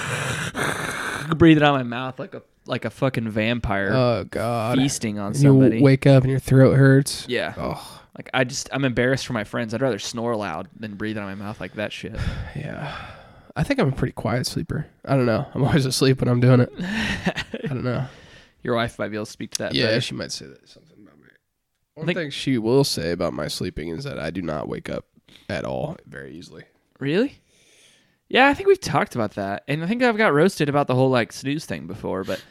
breathing out of my mouth like a like a fucking vampire Oh God. feasting on And you somebody. wake up and your throat hurts. yeah. Oh Like I just I'm embarrassed for my friends. I'd rather snore loud than breathe out of my mouth like that shit. yeah. I think I'm a pretty quiet sleeper. I don't know. I'm always asleep when I'm doing it. I don't know. Your wife might be able to speak to that. Yeah, better. she might say that something about me. One Think- thing she will say about my sleeping is that I do not wake up at all very easily. Really? Yeah, I think we've talked about that. And I think I've got roasted about the whole like snooze thing before, but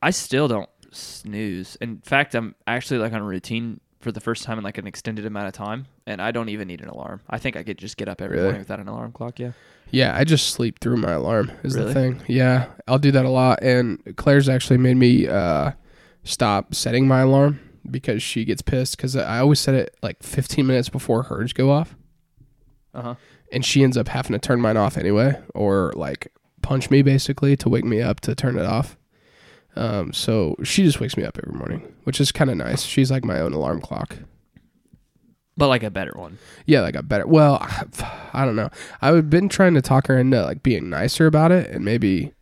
I still don't snooze. In fact, I'm actually like on a routine for the first time in like an extended amount of time, and I don't even need an alarm. I think I could just get up every Really? morning without an alarm clock, yeah. Yeah, I just sleep through my alarm is the Really? thing. Yeah, I'll do that a lot. And Claire's actually made me uh, stop setting my alarm because she gets pissed because I always set it like 15 minutes before hers go off. Uh-huh. and she ends up having to turn mine off anyway, or like punch me basically to wake me up to turn it off. Um, so she just wakes me up every morning, which is kind of nice. She's like my own alarm clock. But like a better one. Yeah, like a better. Well, I don't know. I've been trying to talk her into like being nicer about it, and maybe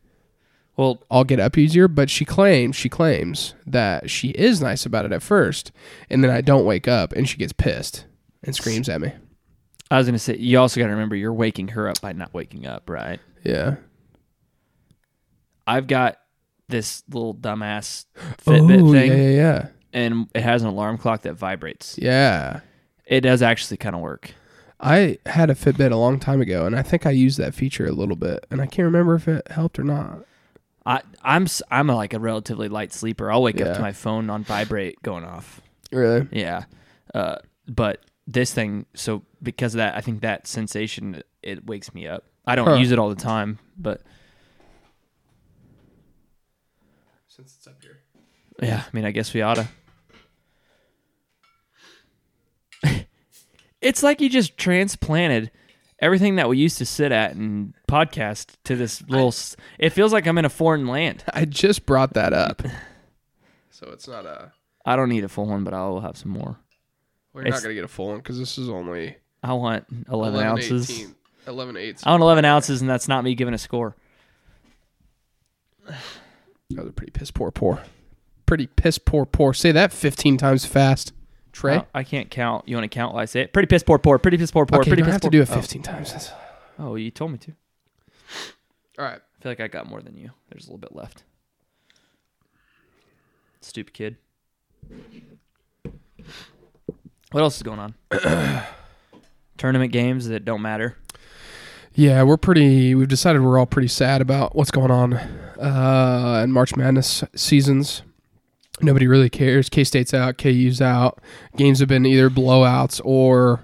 Well, all get up easier. But she claims, she claims that she is nice about it at first, and then I don't wake up, and she gets pissed and screams at me. I was gonna say you also got to remember you're waking her up by not waking up, right? Yeah. I've got this little dumbass Fitbit oh, thing, yeah, yeah, yeah, and it has an alarm clock that vibrates. yeah. It does actually kind of work. I had a Fitbit a long time ago, and I think I used that feature a little bit, and I can't remember if it helped or not. I, I'm s- I'm a, like a relatively light sleeper. I'll wake up Yeah. to my phone on vibrate going off. Really? Yeah, uh, but this thing, so because of that, I think that sensation it wakes me up. I don't Huh. use it all the time, but Since it's up here. yeah, I mean, I guess we oughta. it's like you just transplanted everything that we used to sit at and podcast to this little. s it feels like I'm in a foreign land. I just brought that up. so it's not a. I don't need a full one, but I'll have some more. We're It's- not gonna get a full one because this is only I want 11, 11 ounces. 18 11 eighths. I want 11 ounces, and that's not me giving a score. That was a pretty piss poor pour. Pretty piss poor pour. Say that 15 times fast, Trey. I, I can't count. You want to count while I say it? Pretty piss poor, poor. Pretty piss poor, Oh. poor. okay, pretty you don't piss have poor. to do it 15 times. That's- Oh. oh, you told me to. I All right. feel like I got more than you. There's a little bit left. Stupid kid. What else is going on? Tournament games that don't matter. Yeah, we're pretty. We've decided we're all pretty sad about what's going on uh, in March Madness seasons. Nobody really cares. K State's out. KU's out. Games have been either blowouts or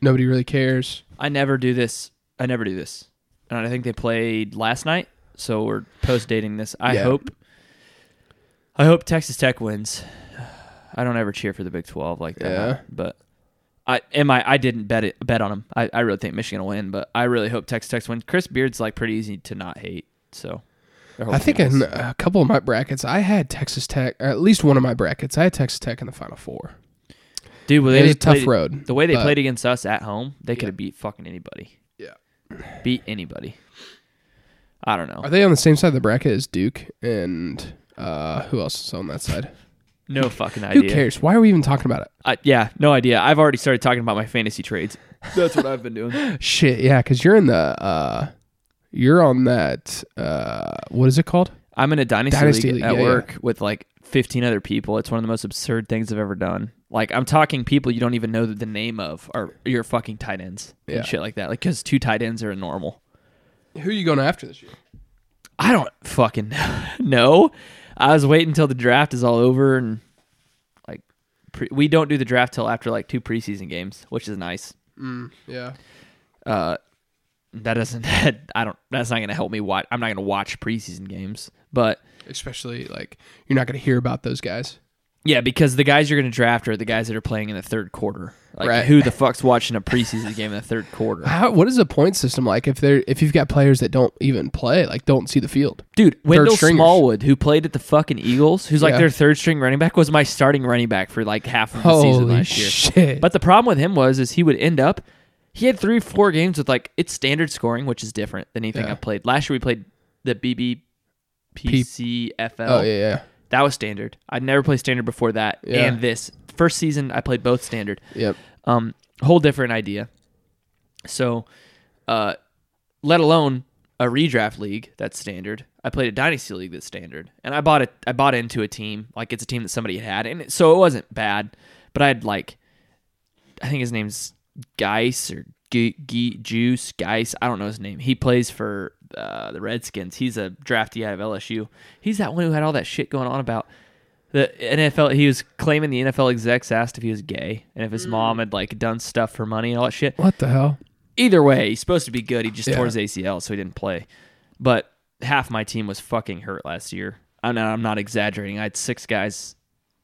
nobody really cares. I never do this. I never do this. And I think they played last night, so we're post dating this. I Yeah. hope. I hope Texas Tech wins. I don't ever cheer for the Big Twelve like that, Yeah. but I am I. I didn't bet it bet on them. I, I really think Michigan will win, but I really hope Texas Tech wins. Chris Beard's like pretty easy to not hate, so Oh, hope I he think wins. in a couple of my brackets, I had Texas Tech, or at least one of my brackets, I had Texas Tech in the Final Four. dude, well, It they was a just tough played- road. The way they but- played against us at home, they could have beat fucking anybody. Yeah. beat anybody. I don't know. Are they on the same side of the bracket as Duke and uh, who else is on that side? No fucking idea. Who cares? Why are we even talking about it? I, Uh, yeah, no idea. I've already started talking about my fantasy trades. That's what I've been doing. Shit, yeah, because you're in the uh, you're on that uh, what is it called? I'm in a dynasty, Dynasty league, league, at yeah, work with like 15 other people. It's one of the most absurd things I've ever done. Like I'm talking people you don't even know the name of are your fucking tight ends Yeah. and shit like that. Like because two tight ends are normal. Who are you going after this year? I don't fucking know. I was waiting until the draft is all over and like pre- we don't do the draft till after like two preseason games, which is nice. Yeah, uh, that doesn't that I don't that's not gonna help me watch. I'm not gonna watch preseason games, but especially like you're not going to hear about those guys. yeah, because the guys you're gonna draft are the guys that are playing in the third quarter. Like Right. who the fuck's watching a preseason game in the third quarter, How, what is the point system like if they're if you've got players that don't even play, like don't see the field? dude? Wendell stringers. Smallwood, who played at the fucking Eagles, who's like Yeah. their third string running back, was my starting running back for like half of the season Holy last year. shit! But the problem with him was is he would end up he had three four games with like it's standard scoring, which is different than anything Yeah. I played. Last year we played the BB PCFL. oh yeah, yeah, That was standard. I'd never played standard before that. Yeah. And this first season, I played both standard. yep. Um, whole different idea. So, uh, let alone a redraft league that's standard. I played a dynasty league that's standard, and I bought it. I bought into a team like it's a team that somebody had, and it, so it wasn't bad. But I had like, I think his name's Geis or Ge- Ge- Juice Geis. I don't know his name. He plays for uh, the Redskins. He's a draftee out of LSU. He's that one who had all that shit going on about the NFL. He was claiming the NFL execs asked if he was gay and if his mom had like done stuff for money and all that shit What the hell? either way, he's supposed to be good. He just Yeah. tore his ACL, so he didn't play. But half my team was fucking hurt last year. I'm not, I'm not exaggerating. I had six guys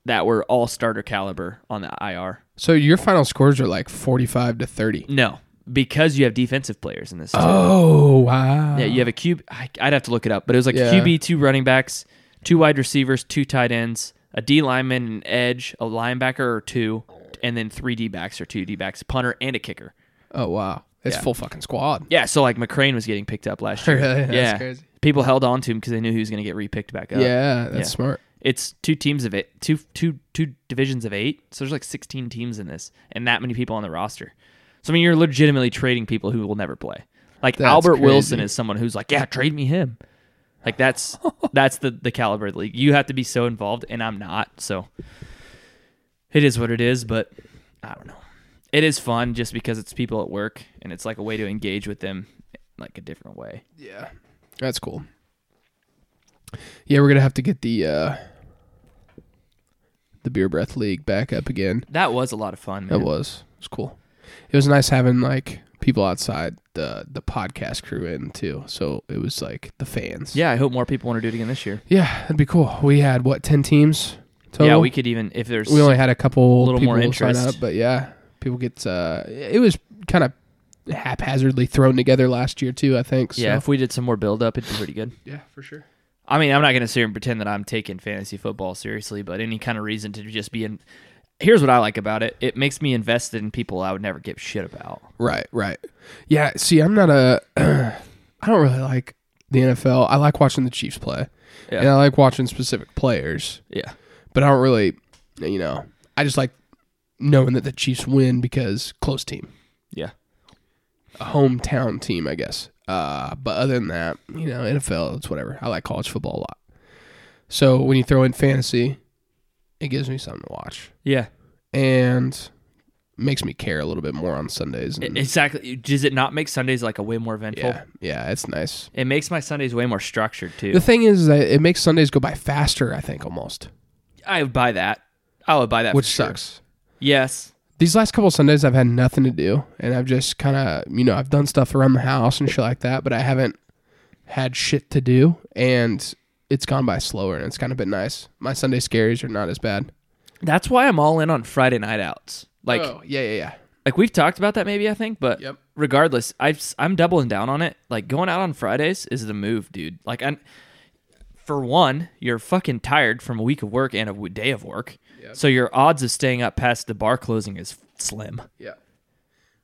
that were all starter caliber on the IR. So your final scores are like 45 to 30. No, because you have defensive players in this. team. Oh wow! Yeah, you have a QB. I- I'd have to look it up, but it was like Yeah. QB, two running backs, two wide receivers, two tight ends, a D lineman, an edge, a linebacker or two, and then three D backs or two D backs, punter, and a kicker. Oh wow! It's full fucking squad. Yeah, so like McCrane was getting picked up last year. Really? That's yeah, crazy. people held on to him because they knew he was going to get repicked back up. yeah, that's yeah. smart. It's two teams of eight, two two two divisions of eight. So there's like 16 teams in this, and that many people on the roster. So I mean, you're legitimately trading people who will never play. Like That's Albert crazy. Wilson is someone who's like, yeah, trade me him. Like that's that's the the caliber of the league. You have to be so involved, and I'm not. So it is what it is. But I don't know. It is fun just because it's people at work, and it's like a way to engage with them, like a different way. Yeah, that's cool. Yeah, we're gonna have to get the uh the beer breath league back up again. That was a lot of fun. Man. It was. It was cool. It was nice having like people outside the the podcast crew in too. So it was like the fans. Yeah, I hope more people want to do it again this year. Yeah, that'd be cool. We had what ten teams total. Yeah, we could even if there's we only had a couple A little people more sign interest. up, but yeah, people get. Uh, it was kind of haphazardly thrown together last year too. I think. So. yeah, if we did some more build up, it'd be pretty good. yeah, for sure. I mean, I'm not gonna sit here and pretend that I'm taking fantasy football seriously, but any kind of reason to just be in. Here's what I like about it: it makes me invested in people I would never give shit about. Right, right. Yeah. See, I'm not a. I don't really like the NFL. I like watching the Chiefs play, Yeah. and I like watching specific players, Yeah, but I don't really, you know, I just like knowing that the Chiefs win because close team. yeah, a hometown team, I guess. Uh, but other than that, you know, NFL, it's whatever. I like college football a lot. So when you throw in fantasy, it gives me something to watch yeah. and makes me care a little bit more on Sundays. I- And E-, Exactly. Does it not make Sundays like a way more eventful? yeah, yeah, it's nice. It makes my Sundays way more structured too. The thing is that it makes Sundays go by faster, I think, almost, I would buy that. I would buy that. which for sure. sucks. Yes. These last couple of Sundays, I've had nothing to do, and I've just kind of, you know, I've done stuff around the house and shit like that, but I haven't had shit to do, and it's gone by slower, and it's kind of been nice. My Sunday scaries are not as bad. That's why I'm all in on Friday night outs. Like, oh, yeah, yeah, yeah. like we've talked about that maybe I think, but Yep. regardless, I've s- I'm doubling down on it. Like going out on Fridays is the move, dude. Like I, for one, you're fucking tired from a week of work and a w- day of work, so your odds of staying up past the bar closing is slim. Yeah.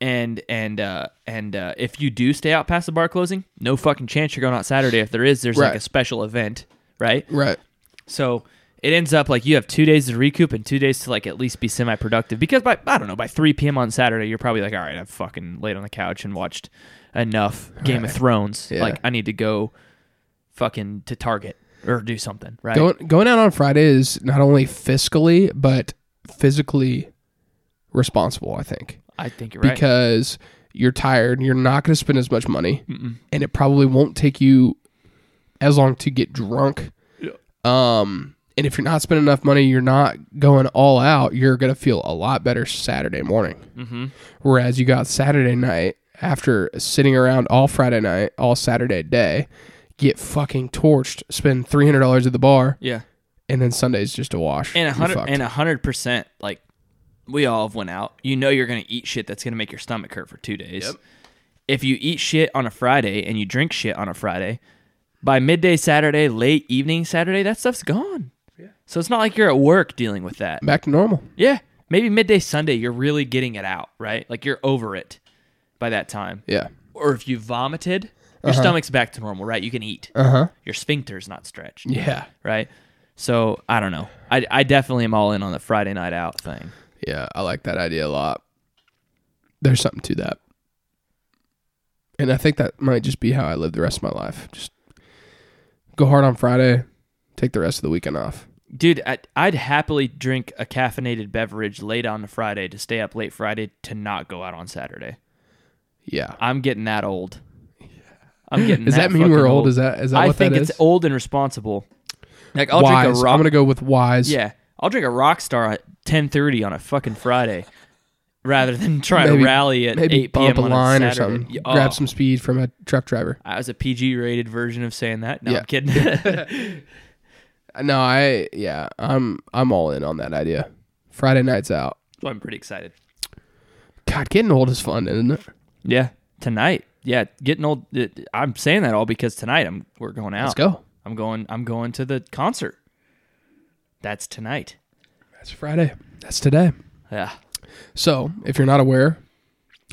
And and uh, and uh, if you do stay out past the bar closing, no fucking chance you're going out Saturday. If there is, there's like Right. a special event, right? Right. So it ends up like you have two days to recoup and two days to like at least be semi productive because by I don't know by three p.m. on Saturday you're probably like all right I've fucking laid on the couch and watched enough Game of Thrones Yeah. like I need to go fucking to Target or do something right Going, going out on Friday is not only fiscally, but physically responsible, I think, I think you're right because you're tired, and you're not going to spend as much money, and it probably won't take you as long to get drunk. Um, and if you're not spending enough money, you're not going all out. You're gonna feel a lot better Saturday morning. Mm-hmm. Whereas you got Saturday night after sitting around all Friday night, all Saturday day, get fucking torched, spend three hundred dollars at the bar, yeah and then Sunday's just a wash. and a You're hundred fucked. and a hundred percent like we all have went out you know you're gonna eat shit that's gonna make your stomach hurt for two days if you eat shit on a friday and you drink shit on a friday by midday saturday late evening saturday that stuff's gone so it's not like you're at work dealing with that back to normal. yeah maybe midday sunday you're really getting it out right like you're over it by that time Yeah. or if you vomited your Uh-huh. stomach's back to normal right you can eat Uh huh. your sphincter's not stretched Yeah. right? So I don't know. I, I definitely am all in on the Friday night out thing. Yeah, I like that idea a lot. There's something to that. And I think that might just be how I live the rest of my life. Just go hard on Friday, take the rest of the weekend off. Dude, I, I'd happily drink a caffeinated beverage late on a Friday to stay up late Friday to not go out on Saturday. Yeah. I'm getting that old. I'm getting. Does that, mean fucking we're old? Is that is that I what think that it's is? old and responsible. Like I'll wise. drink a I'm rock. gonna go with wise. Yeah, I'll drink a rock star at 10:30 on a fucking Friday, rather than try Maybe- to rally at Maybe 8 p.m. bump a on line or Saturday. something. Yeah, oh. Grab some speed from a truck driver. I was a PG-rated version of saying that. No, Yeah. I'm kidding. Uh, No, I yeah, I'm I'm all in on that idea. Friday nights out. So I'm pretty excited. God, getting old is fun, isn't it? Yeah, tonight. Yeah, getting old. it- I'm saying that all because tonight I'm we're going out. Let's go. I'm going. I'm going to the concert. That's tonight. That's Friday. That's today. Yeah. So, if you're not aware,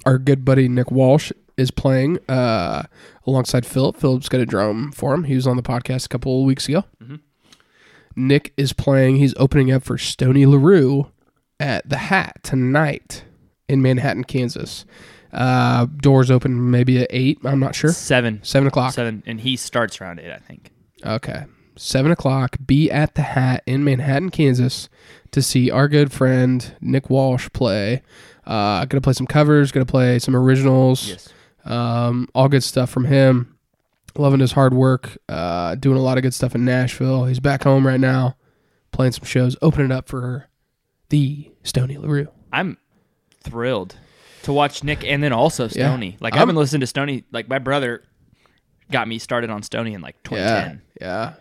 our good buddy Nick Walsh is playing uh, alongside Philip. Philip's got a drum for him. He was on the podcast a couple weeks ago. Nick is playing. He's opening up for Stony LaRue at the Hat tonight in Manhattan, Kansas. Uh, doors open maybe at eight. I'm not sure. Seven. Seven o'clock. Seven. And he starts around eight, I think. Okay. Seven o'clock, be at the Hat in Manhattan, Kansas to see our good friend Nick Walsh play. Uh, gonna play some covers, gonna play some originals. Um, all good stuff from him. Loving his hard work, uh, doing a lot of good stuff in Nashville. He's back home right now, playing some shows, opening up for the Stony LaRue. I'm thrilled to watch Nick and then also Yeah. Stony. Like I I'm- haven't listened to Stony. Like my brother got me started on Stony in like Yeah. 2010. Yeah.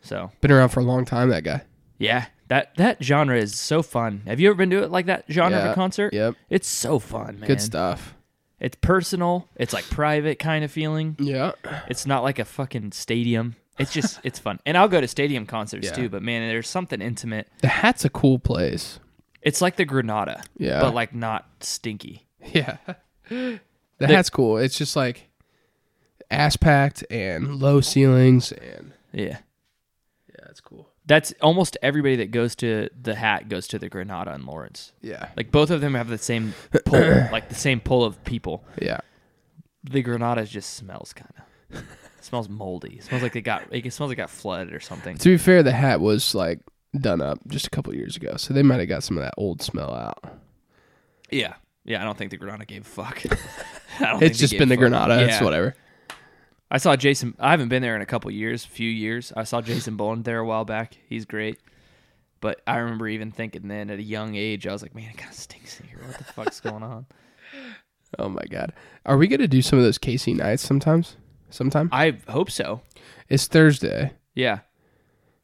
So Been around for a long time, that guy. yeah, that that genre is so fun. Have you ever been to it like that genre of Yeah. a concert? Yep. It's so fun, man. Good stuff. It's personal. It's like private kind of feeling. Yeah. It's not like a fucking stadium. It's just it's fun. And I'll go to stadium concerts Yeah. too. But man, there's something intimate. The Hat's a cool place. It's like the Granada. Yeah. But like not stinky. Yeah. The hat's cool. It's just like ass packed and low ceilings and Yeah. Yeah, it's cool. That's almost everybody that goes to the hat goes to the Granada and Lawrence. Yeah. Like both of them have the same pull, like the same pull of people. Yeah. The Granada just smells kind of. smells moldy. It smells like they got. It smells like it got flooded or something. To be fair, the hat was like done up just a couple years ago, so they might have got some of that old smell out. Yeah, yeah. I don't think the Granada gave a fuck. I don't think It's they just gave been the a fuck. Granada. It's Yeah. whatever. I saw Jason. I haven't been there in a couple years, few years. I saw Jason Boland there a while back. He's great. But I remember even thinking then at a young age, I was like, man, it kind of stinks in here. What the fuck's going on? Oh my god. Are we gonna do some of those Casey nights sometimes? Sometime? I hope so. It's Thursday, Yeah,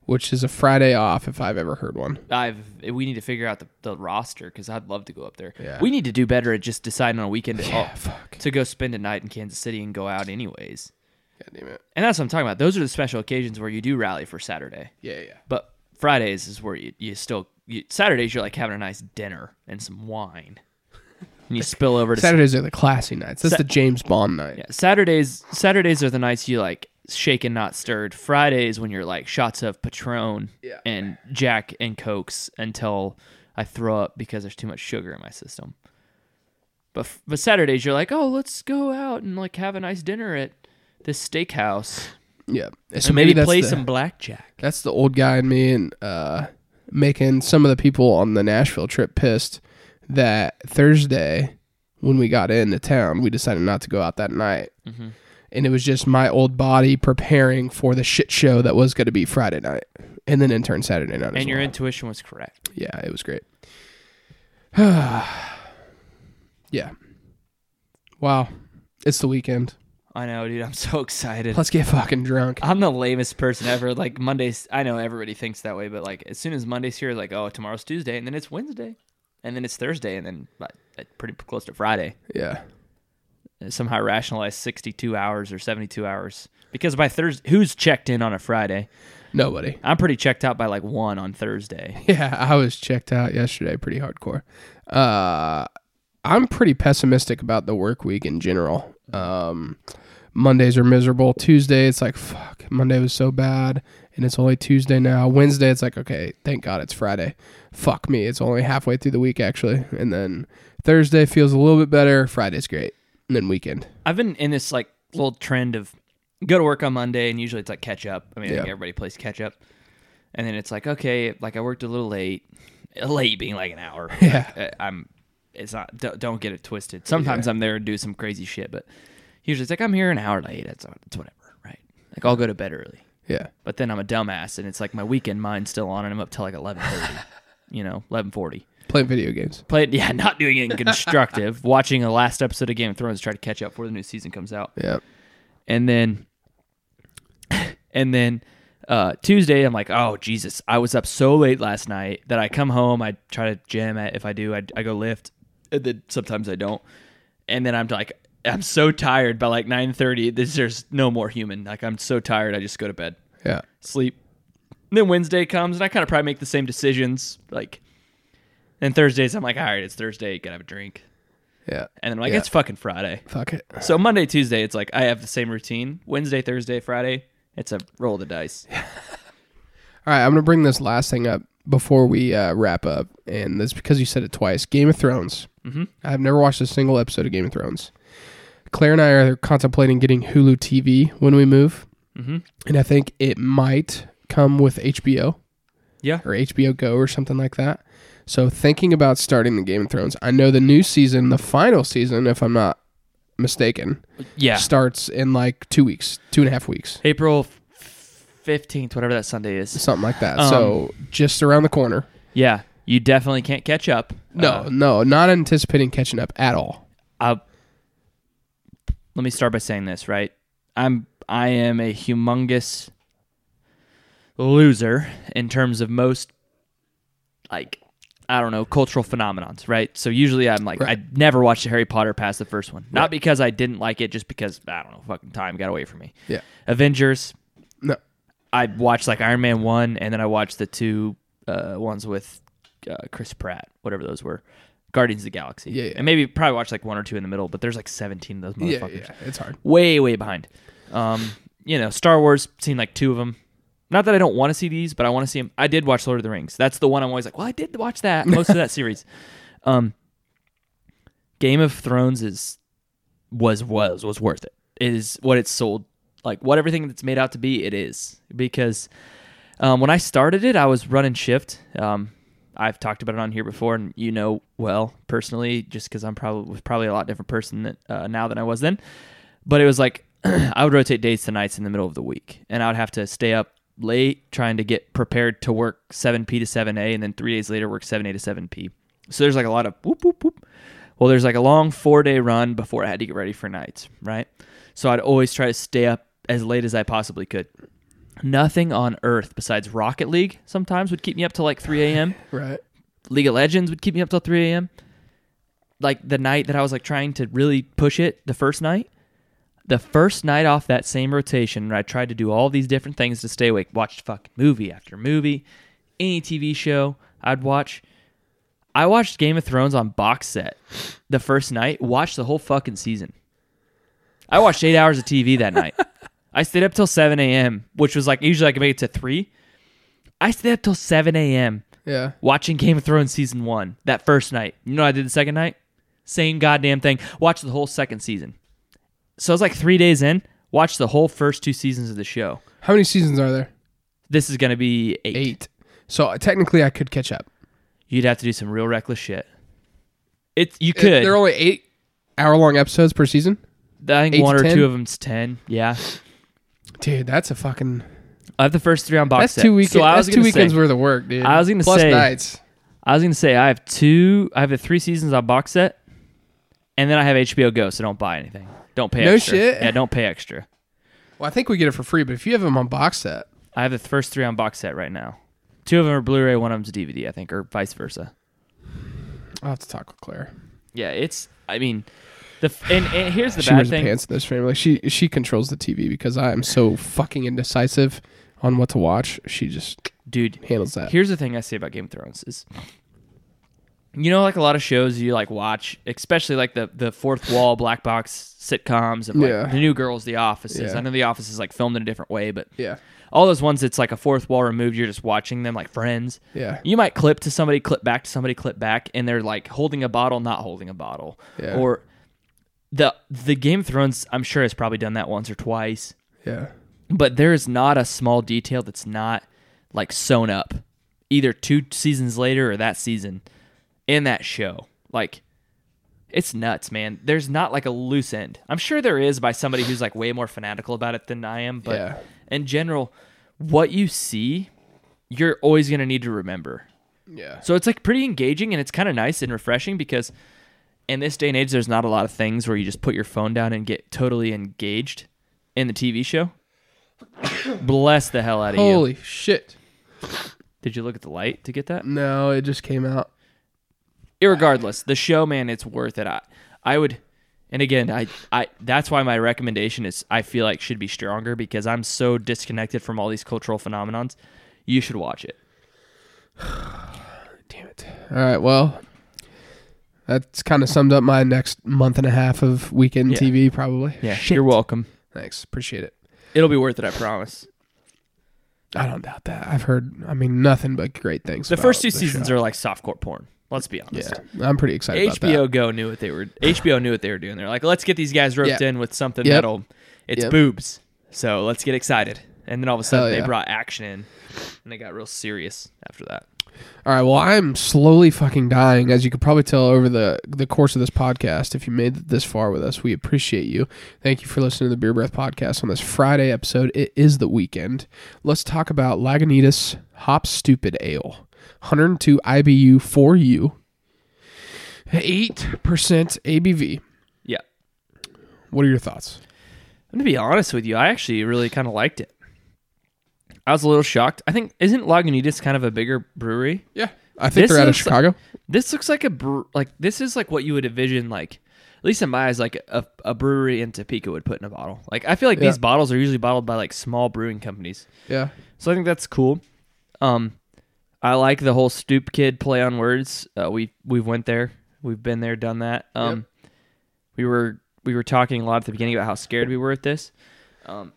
which is a Friday off if I've ever heard one. I've we need to figure out the, the roster because I'd love to go up there. Yeah. We need to do better at just deciding on a weekend to, Yeah, fuck. to go spend a night in Kansas City and go out anyways. God damn it. And that's what I'm talking about. Those are the special occasions where you do rally for Saturday. Yeah, yeah. But Fridays is where you, you still you, Saturdays you're like having a nice dinner and some wine. And you spill over to Saturdays are the classy nights. That's the James Bond night. yeah, Saturdays Saturdays are the nights you like shaken not stirred. Fridays when you're like shots of Patron Yeah. and Jack and Cokes until I throw up because there's too much sugar in my system. But f- but Saturdays you're like, "Oh, let's go out and like have a nice dinner at this steakhouse Yeah. and maybe, that's play the- some blackjack." That's the old guy in me and uh, making some of the people on the Nashville trip pissed that Thursday when we got into town, we decided not to go out that night. And it was just my old body preparing for the shit show that was going to be Friday night and then in turn Saturday night. as And your well. intuition was correct. Yeah, it was great. yeah. Wow. It's the weekend. I know, dude. I'm so excited. Let's get fucking drunk. I'm the lamest person ever. Like Mondays, I know everybody thinks that way, but like as soon as Monday's here, like oh tomorrow's Tuesday, and then it's Wednesday, and then it's Thursday, and then like, like, pretty p- close to Friday. Yeah. And somehow I rationalize 62 hours or 72 hours because by Thursday, who's checked in on a Friday? Nobody. I'm pretty checked out by like one on Thursday. Yeah, I was checked out yesterday pretty hardcore. Uh, I'm pretty pessimistic about the work week in general. Um, Mondays are miserable. Tuesday, it's like, fuck, Monday was so bad, and it's only Tuesday now. Wednesday, it's like, okay, thank God it's Friday. Fuck me, it's only halfway through the week, actually. And then Thursday feels a little bit better. Friday's great. And then weekend. I've been in this like little trend of go to work on Monday, and usually it's like catch up. I mean, I think Yeah. everybody plays catch up, and then it's like okay, like I worked a little late, late being like an hour. Yeah. Like, I- I'm. It's not. Don't, don't get it twisted. Sometimes I'm there and do some crazy shit, but usually it's like I'm here an hour late. It's it's whatever, right? Like I'll go to bed early, Yeah. but then I'm a dumbass, and it's like my weekend mind's still on, and I'm up till like eleven thirty, you know, eleven forty. Playing video games. Played, yeah, not doing it constructive. watching the last episode of Game of Thrones, to try to catch up before the new season comes out Yeah. and then and then uh, Tuesday I'm like, oh Jesus, I was up so late last night that I come home, I try to gym. I- If I do, I, I go lift. And then sometimes I don't, and then I'm like, I'm so tired by like 9:30. This there's no more human. Like I'm so tired, I just go to bed, Yeah. sleep. And then Wednesday comes, and I kind of probably make the same decisions. Like, and Thursdays I'm like, all right, it's Thursday, gotta have a drink. Yeah. and then I'm like Yeah. it's fucking Friday. Fuck it. So Monday, Tuesday, it's like I have the same routine. Wednesday, Thursday, Friday, it's a roll of the dice. All right, I'm gonna bring this last thing up before we uh, wrap up, and that's because you said it twice. Game of Thrones. Mhm. I've never watched a single episode of Game of Thrones. Claire and I are contemplating getting Hulu TV when we move, Mm-hmm. and I think it might come with HBO Yeah. or HBO Go or something like that. So thinking about starting the Game of Thrones. I know the new season, the final season, if I'm not mistaken, Yeah. starts in like two weeks, two and a half weeks. April fifteenth, whatever that Sunday is. something like that. Um, so just around the corner. Yeah, you definitely can't catch up. No, Uh, no, not anticipating catching up at all. I- Uh, let me start by saying this, right? I'm I am a humongous loser in terms of most like I don't know cultural phenomenons, right? So usually I'm like Right. I never watched Harry Potter past the first one, not because I didn't like it, just because I don't know fucking time got away from me. Yeah. Avengers, No. I watched like Iron Man one, and then I watched the two uh, ones with uh, Chris Pratt, whatever those were, Guardians of the Galaxy. Yeah, yeah. And maybe probably watched like one or two in the middle, but there's like 17 of those Yeah, motherfuckers. yeah, it's hard. Way, way behind. Um, you know, Star Wars seen like two of them. Not that I don't want to see these, but I want to see them. I did watch Lord of the Rings. That's the one I'm always like, well, I did watch that most of that series. Um, Game of Thrones is was was was worth it. it is what it's sold like what everything that's made out to be it is because um, when I started it I was running shift um, I've talked about it on here before and you know well personally just because I'm probably was probably a lot different person that, uh, now than I was then but it was like I would rotate days to nights in the middle of the week and I would have to stay up late trying to get prepared to work 7p to 7a and then three days later work 7a to 7p so there's like a lot of whoop whoop whoop well, there's like a long four day run before I had to get ready for nights, right? So I'd always try to stay up as late as I possibly could. Nothing on earth besides Rocket League sometimes would keep me up till like 3 a.m. Right. League of Legends would keep me up till 3 a.m. Like the night that I was like trying to really push it, the first night, the first night off that same rotation, I tried to do all these different things to stay awake. Watched fucking movie after movie, any TV show I'd watch. I watched Game of Thrones on box set the first night, watched the whole fucking season. I watched eight hours of TV that night. I stayed up till 7 a.m., which was like usually I could make it to three. I stayed up till 7 a.m Yeah. watching Game of Thrones season one that first night. You know what I did the second night? Same goddamn thing. Watched the whole second season. So I was like three days in, watched the whole first two seasons of the show. How many seasons are there? This is gonna be 8 Eight. So uh, technically, I could catch up. You'd have to do some real reckless shit. It's you It- could. Uh, There are only eight hour-long episodes per season. I think eight one to or 10? two of them's ten. Yeah, Dude, that's a fucking. I have the first three on box That's set. two weekends. So I was that's two gonna weekends say, worth of work, dude. I was gonna plus say- nights. I was gonna say I have two. I have the three seasons on box set, and then I have HBO Go. So don't buy anything. Don't pay. No extra. shit. Yeah, don't pay extra. Well, I think we get it for free, but if you have them on box set, I have the first three on box set right now. Two of them are Blu-ray, one of them's DVD, I think, or vice versa. I'll have to talk with Claire. Yeah, it's. I mean, the f- and, and here's the she bad wears thing. pants in this family. She she controls the TV because I am so fucking indecisive on what to watch. She just dude. handles that. Here's the thing I say about Game of Thrones is, you know, like a lot of shows you like watch, especially like the the fourth wall black box sitcoms of like Yeah. The New Girls, The Office. Yeah. I know The Office is like filmed in a different way, but yeah. all those ones it's like a fourth wall removed. You're just watching them like Friends. Yeah. you might clip to somebody, clip back to somebody, clip back, and they're like holding a bottle, not holding a bottle, Yeah. or the the Game of Thrones. I'm sure has probably done that once or twice, Yeah. but there is not a small detail that's not like sewn up, either two seasons later or that season in that show. Like, it's nuts, man. There's not like a loose end. I'm sure there is by somebody who's like way more fanatical about it than I am, but Yeah. in general, what you see, you're always gonna need to remember. Yeah. So it's like pretty engaging and it's kind of nice and refreshing because in this day and age, there's not a lot of things where you just put your phone down and get totally engaged in the TV show. Bless the hell out of you. Holy shit. Did you look at the light to get that? No, it just came out. Irregardless, the show, man, it's worth it. I, I would, and again, I, I, that's why my recommendation is I feel like should be stronger because I'm so disconnected from all these cultural phenomenons. You should watch it. Damn it. All right. Well, That's kind of summed up my next month and a half of weekend Yeah. TV, probably. Yeah, Shit. you're welcome. Thanks. Appreciate it. It'll be worth it, I promise. I don't doubt that. I've heard, I mean, nothing but great things. The about first two the seasons show. are like softcore porn. Let's be honest. Yeah. I'm pretty excited about that. HBO Go knew what they were. HBO knew what they were doing. They're like, let's get these guys roped Yeah. in with something Yep. that'll. It's Yep. boobs, so let's get excited. And then all of a sudden, yeah. they brought action in, and they got real serious after that. All right. Well, I'm slowly fucking dying, as you could probably tell over the the course of this podcast. If you made it this far with us, we appreciate you. Thank you for listening to the Beer Breath podcast on this Friday episode. It is the weekend. Let's talk about Lagunitas Hop Stupid Ale, 102 IBU for you, eight percent ABV. Yeah, I'm What are your thoughts? gonna be honest with you. I actually really kind of liked it. I was a little shocked. I think isn't Lagunitas kind of a bigger brewery? Yeah, I think This they're out of looks- Chicago. This looks like a bre- like this is like what you would envision like at least in my eyes like a, a brewery in Topeka would put in a bottle. Like I feel like Yeah. these bottles are usually bottled by like small brewing companies. yeah, So I think that's cool. Um, I like the whole stoop kid play on words. Uh, we we've went there. We've been there, done that. Um, we were we were talking a lot at the beginning about how scared we were at this. Um,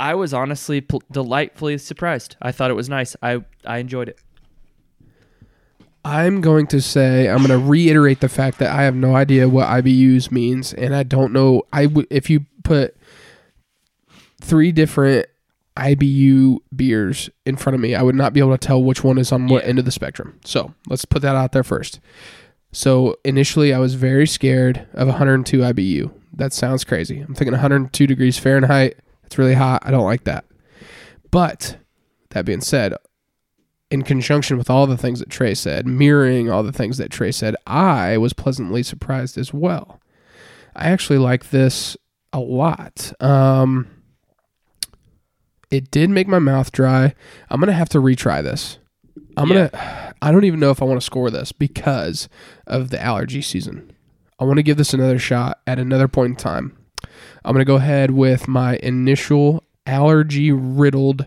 I was honestly pl- delightfully surprised. I thought it was nice. I I enjoyed it. I'm going to say I'm going to reiterate the fact that I have no idea what IBUs means, and I don't know. I would if you put three different IBU beers in front of me, I would not be able to tell which one is on what Yeah. end of the spectrum. So let's put that out there first. So initially, I was very scared of 102 IBU. That sounds crazy. I'm thinking 102 degrees Fahrenheit. It's really hot. I don't like that. But that being said, in conjunction with all the things that Trey said, mirroring all the things that Trey said, I was pleasantly surprised as well. I actually like this a lot. Um, it did make my mouth dry. I'm gonna have to retry this. I'm gonna. I don't even know if I want to score this because of the allergy season. I want to give this another shot at another point in time. I'm gonna go ahead with my initial allergy riddled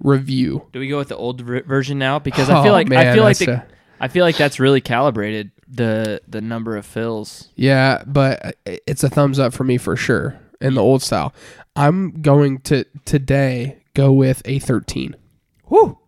review. Do we go with the old ver- version now? Because I feel Oh, like I man, feel like that's the, a- I feel like that's really calibrated the the number of fills. Yeah, but uh, i- it's a thumbs up for me for sure in the old style. I'm going to today go with a 13. Woo,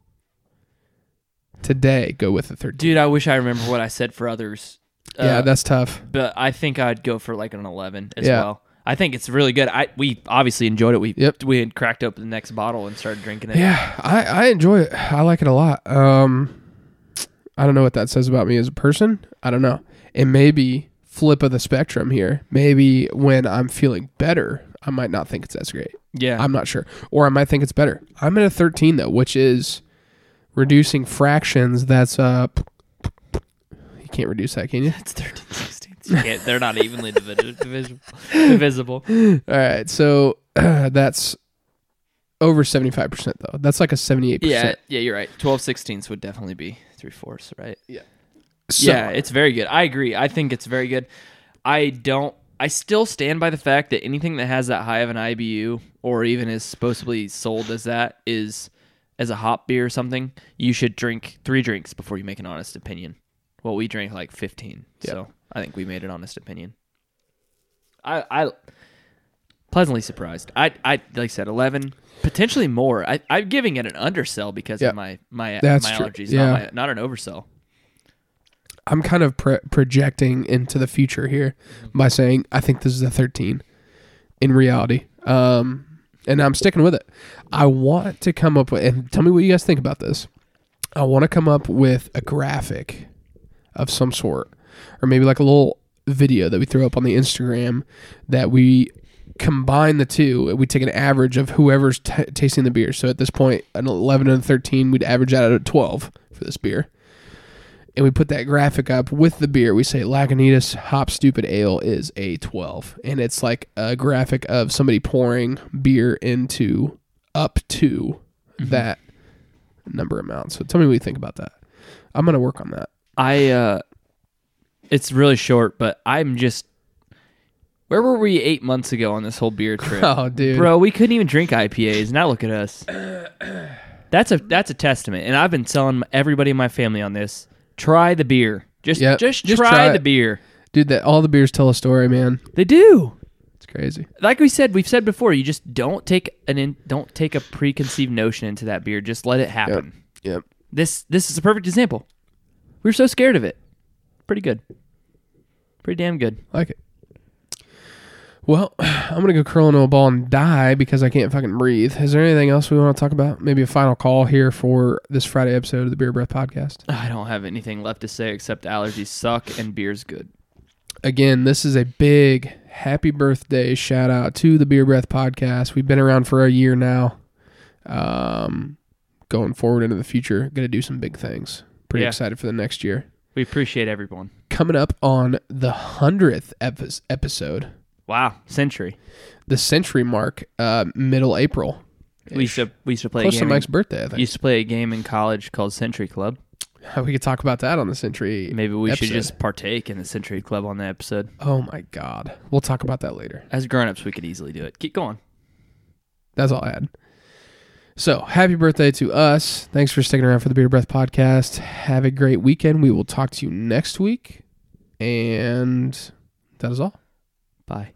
Today go with a 13. dude! I wish I remember what I said for others. yeah, Uh, that's tough. but I think I'd go for like an eleven as Yeah. well. I think it's really good. I we obviously enjoyed it. We Yep. we had cracked open the next bottle and started drinking it. Yeah, I, I enjoy it. I like it a lot. Um, I don't know what that says about me as a person. I don't know. It may be flip of the spectrum here. Maybe when I'm feeling better, I might not think it's as great. yeah. I'm not sure. Or I might think it's better. I'm at a 13 though, which is reducing fractions. That's uh you can't reduce that, can you? it's 13, 16. You can't- they're not evenly divid- divisible. divisible. All right. So that's over 75% though. That's like a 78%. Yeah, yeah, you're right. 12 16ths would definitely be three fourths, right? So, yeah, it's very good. I agree. I think it's very good. I don't. I still stand by the fact that anything that has that high of an IBU or even is supposedly sold as that is as a hop beer or something, you should drink three drinks before you make an honest opinion. Well, we drank like fifteen, so I think we made an honest opinion. I, I pleasantly surprised. I, I like I said eleven, potentially more. I, I'm giving it an undersell because Yeah. of my my, That's my true. allergies, Yeah. not, my, not an oversell. I'm kind of pro projecting into the future here by saying I think this is a 13 in reality. Um, and I'm sticking with it. I want to come up with, and tell me what you guys think about this. I want to come up with a graphic of some sort, or maybe like a little video that we throw up on the Instagram that we combine the two. We take an average of whoever's t- tasting the beer. So at this point, an 11 and a 13, we'd average out at a 12 for this beer and we put that graphic up with the beer. We say Lagunitas Hop Stupid Ale is a 12, and it's like a graphic of somebody pouring beer into up to that number amount. So tell me what you think about that. I'm gonna work on that. I uh it's really short, but I'm just where were we eight months ago on this whole beer trip? Oh, dude, Bro, we couldn't even drink IPAs. Now look at us. That's a that's a testament. And I've been telling everybody in my family on this. Try the beer. Just Yep, just, just try, try the it. beer. Dude, that all the beers tell a story, man. They do. It's crazy. Like we said, we've said before, you just don't take an in, don't take a preconceived notion into that beer. Just let it happen. Yep. This this is a perfect example. We were so scared of it. Pretty good. Pretty damn good. Like it. Well, I'm gonna go curl into a ball and die because I can't fucking breathe. Is there anything else we want to talk about? Maybe a final call here for this Friday episode of the Beer Breath Podcast. I don't have anything left to say except allergies suck and beer's good. Again, this is a big happy birthday shout out to the Beer Breath Podcast. We've been around for a year now. Um, going forward into the future, gonna do some big things. Pretty Yeah. excited for the next year. We appreciate everyone. Coming up on the hundredth epi- episode, Wow, century. the century mark, uh, middle April. We used to we used to play close a to game. Mike's birthday. I think used to play a game in college called Century Club. we could talk about that on the century. Maybe we should episode. just partake in the Century Club on the episode. Oh my god, we'll talk about that later. As grown-ups, we could easily do it. Keep going. That's all I had. So happy birthday to us! Thanks for sticking around for the Beer Breath podcast. Have a great weekend. We will talk to you next week, and that is all. Bye.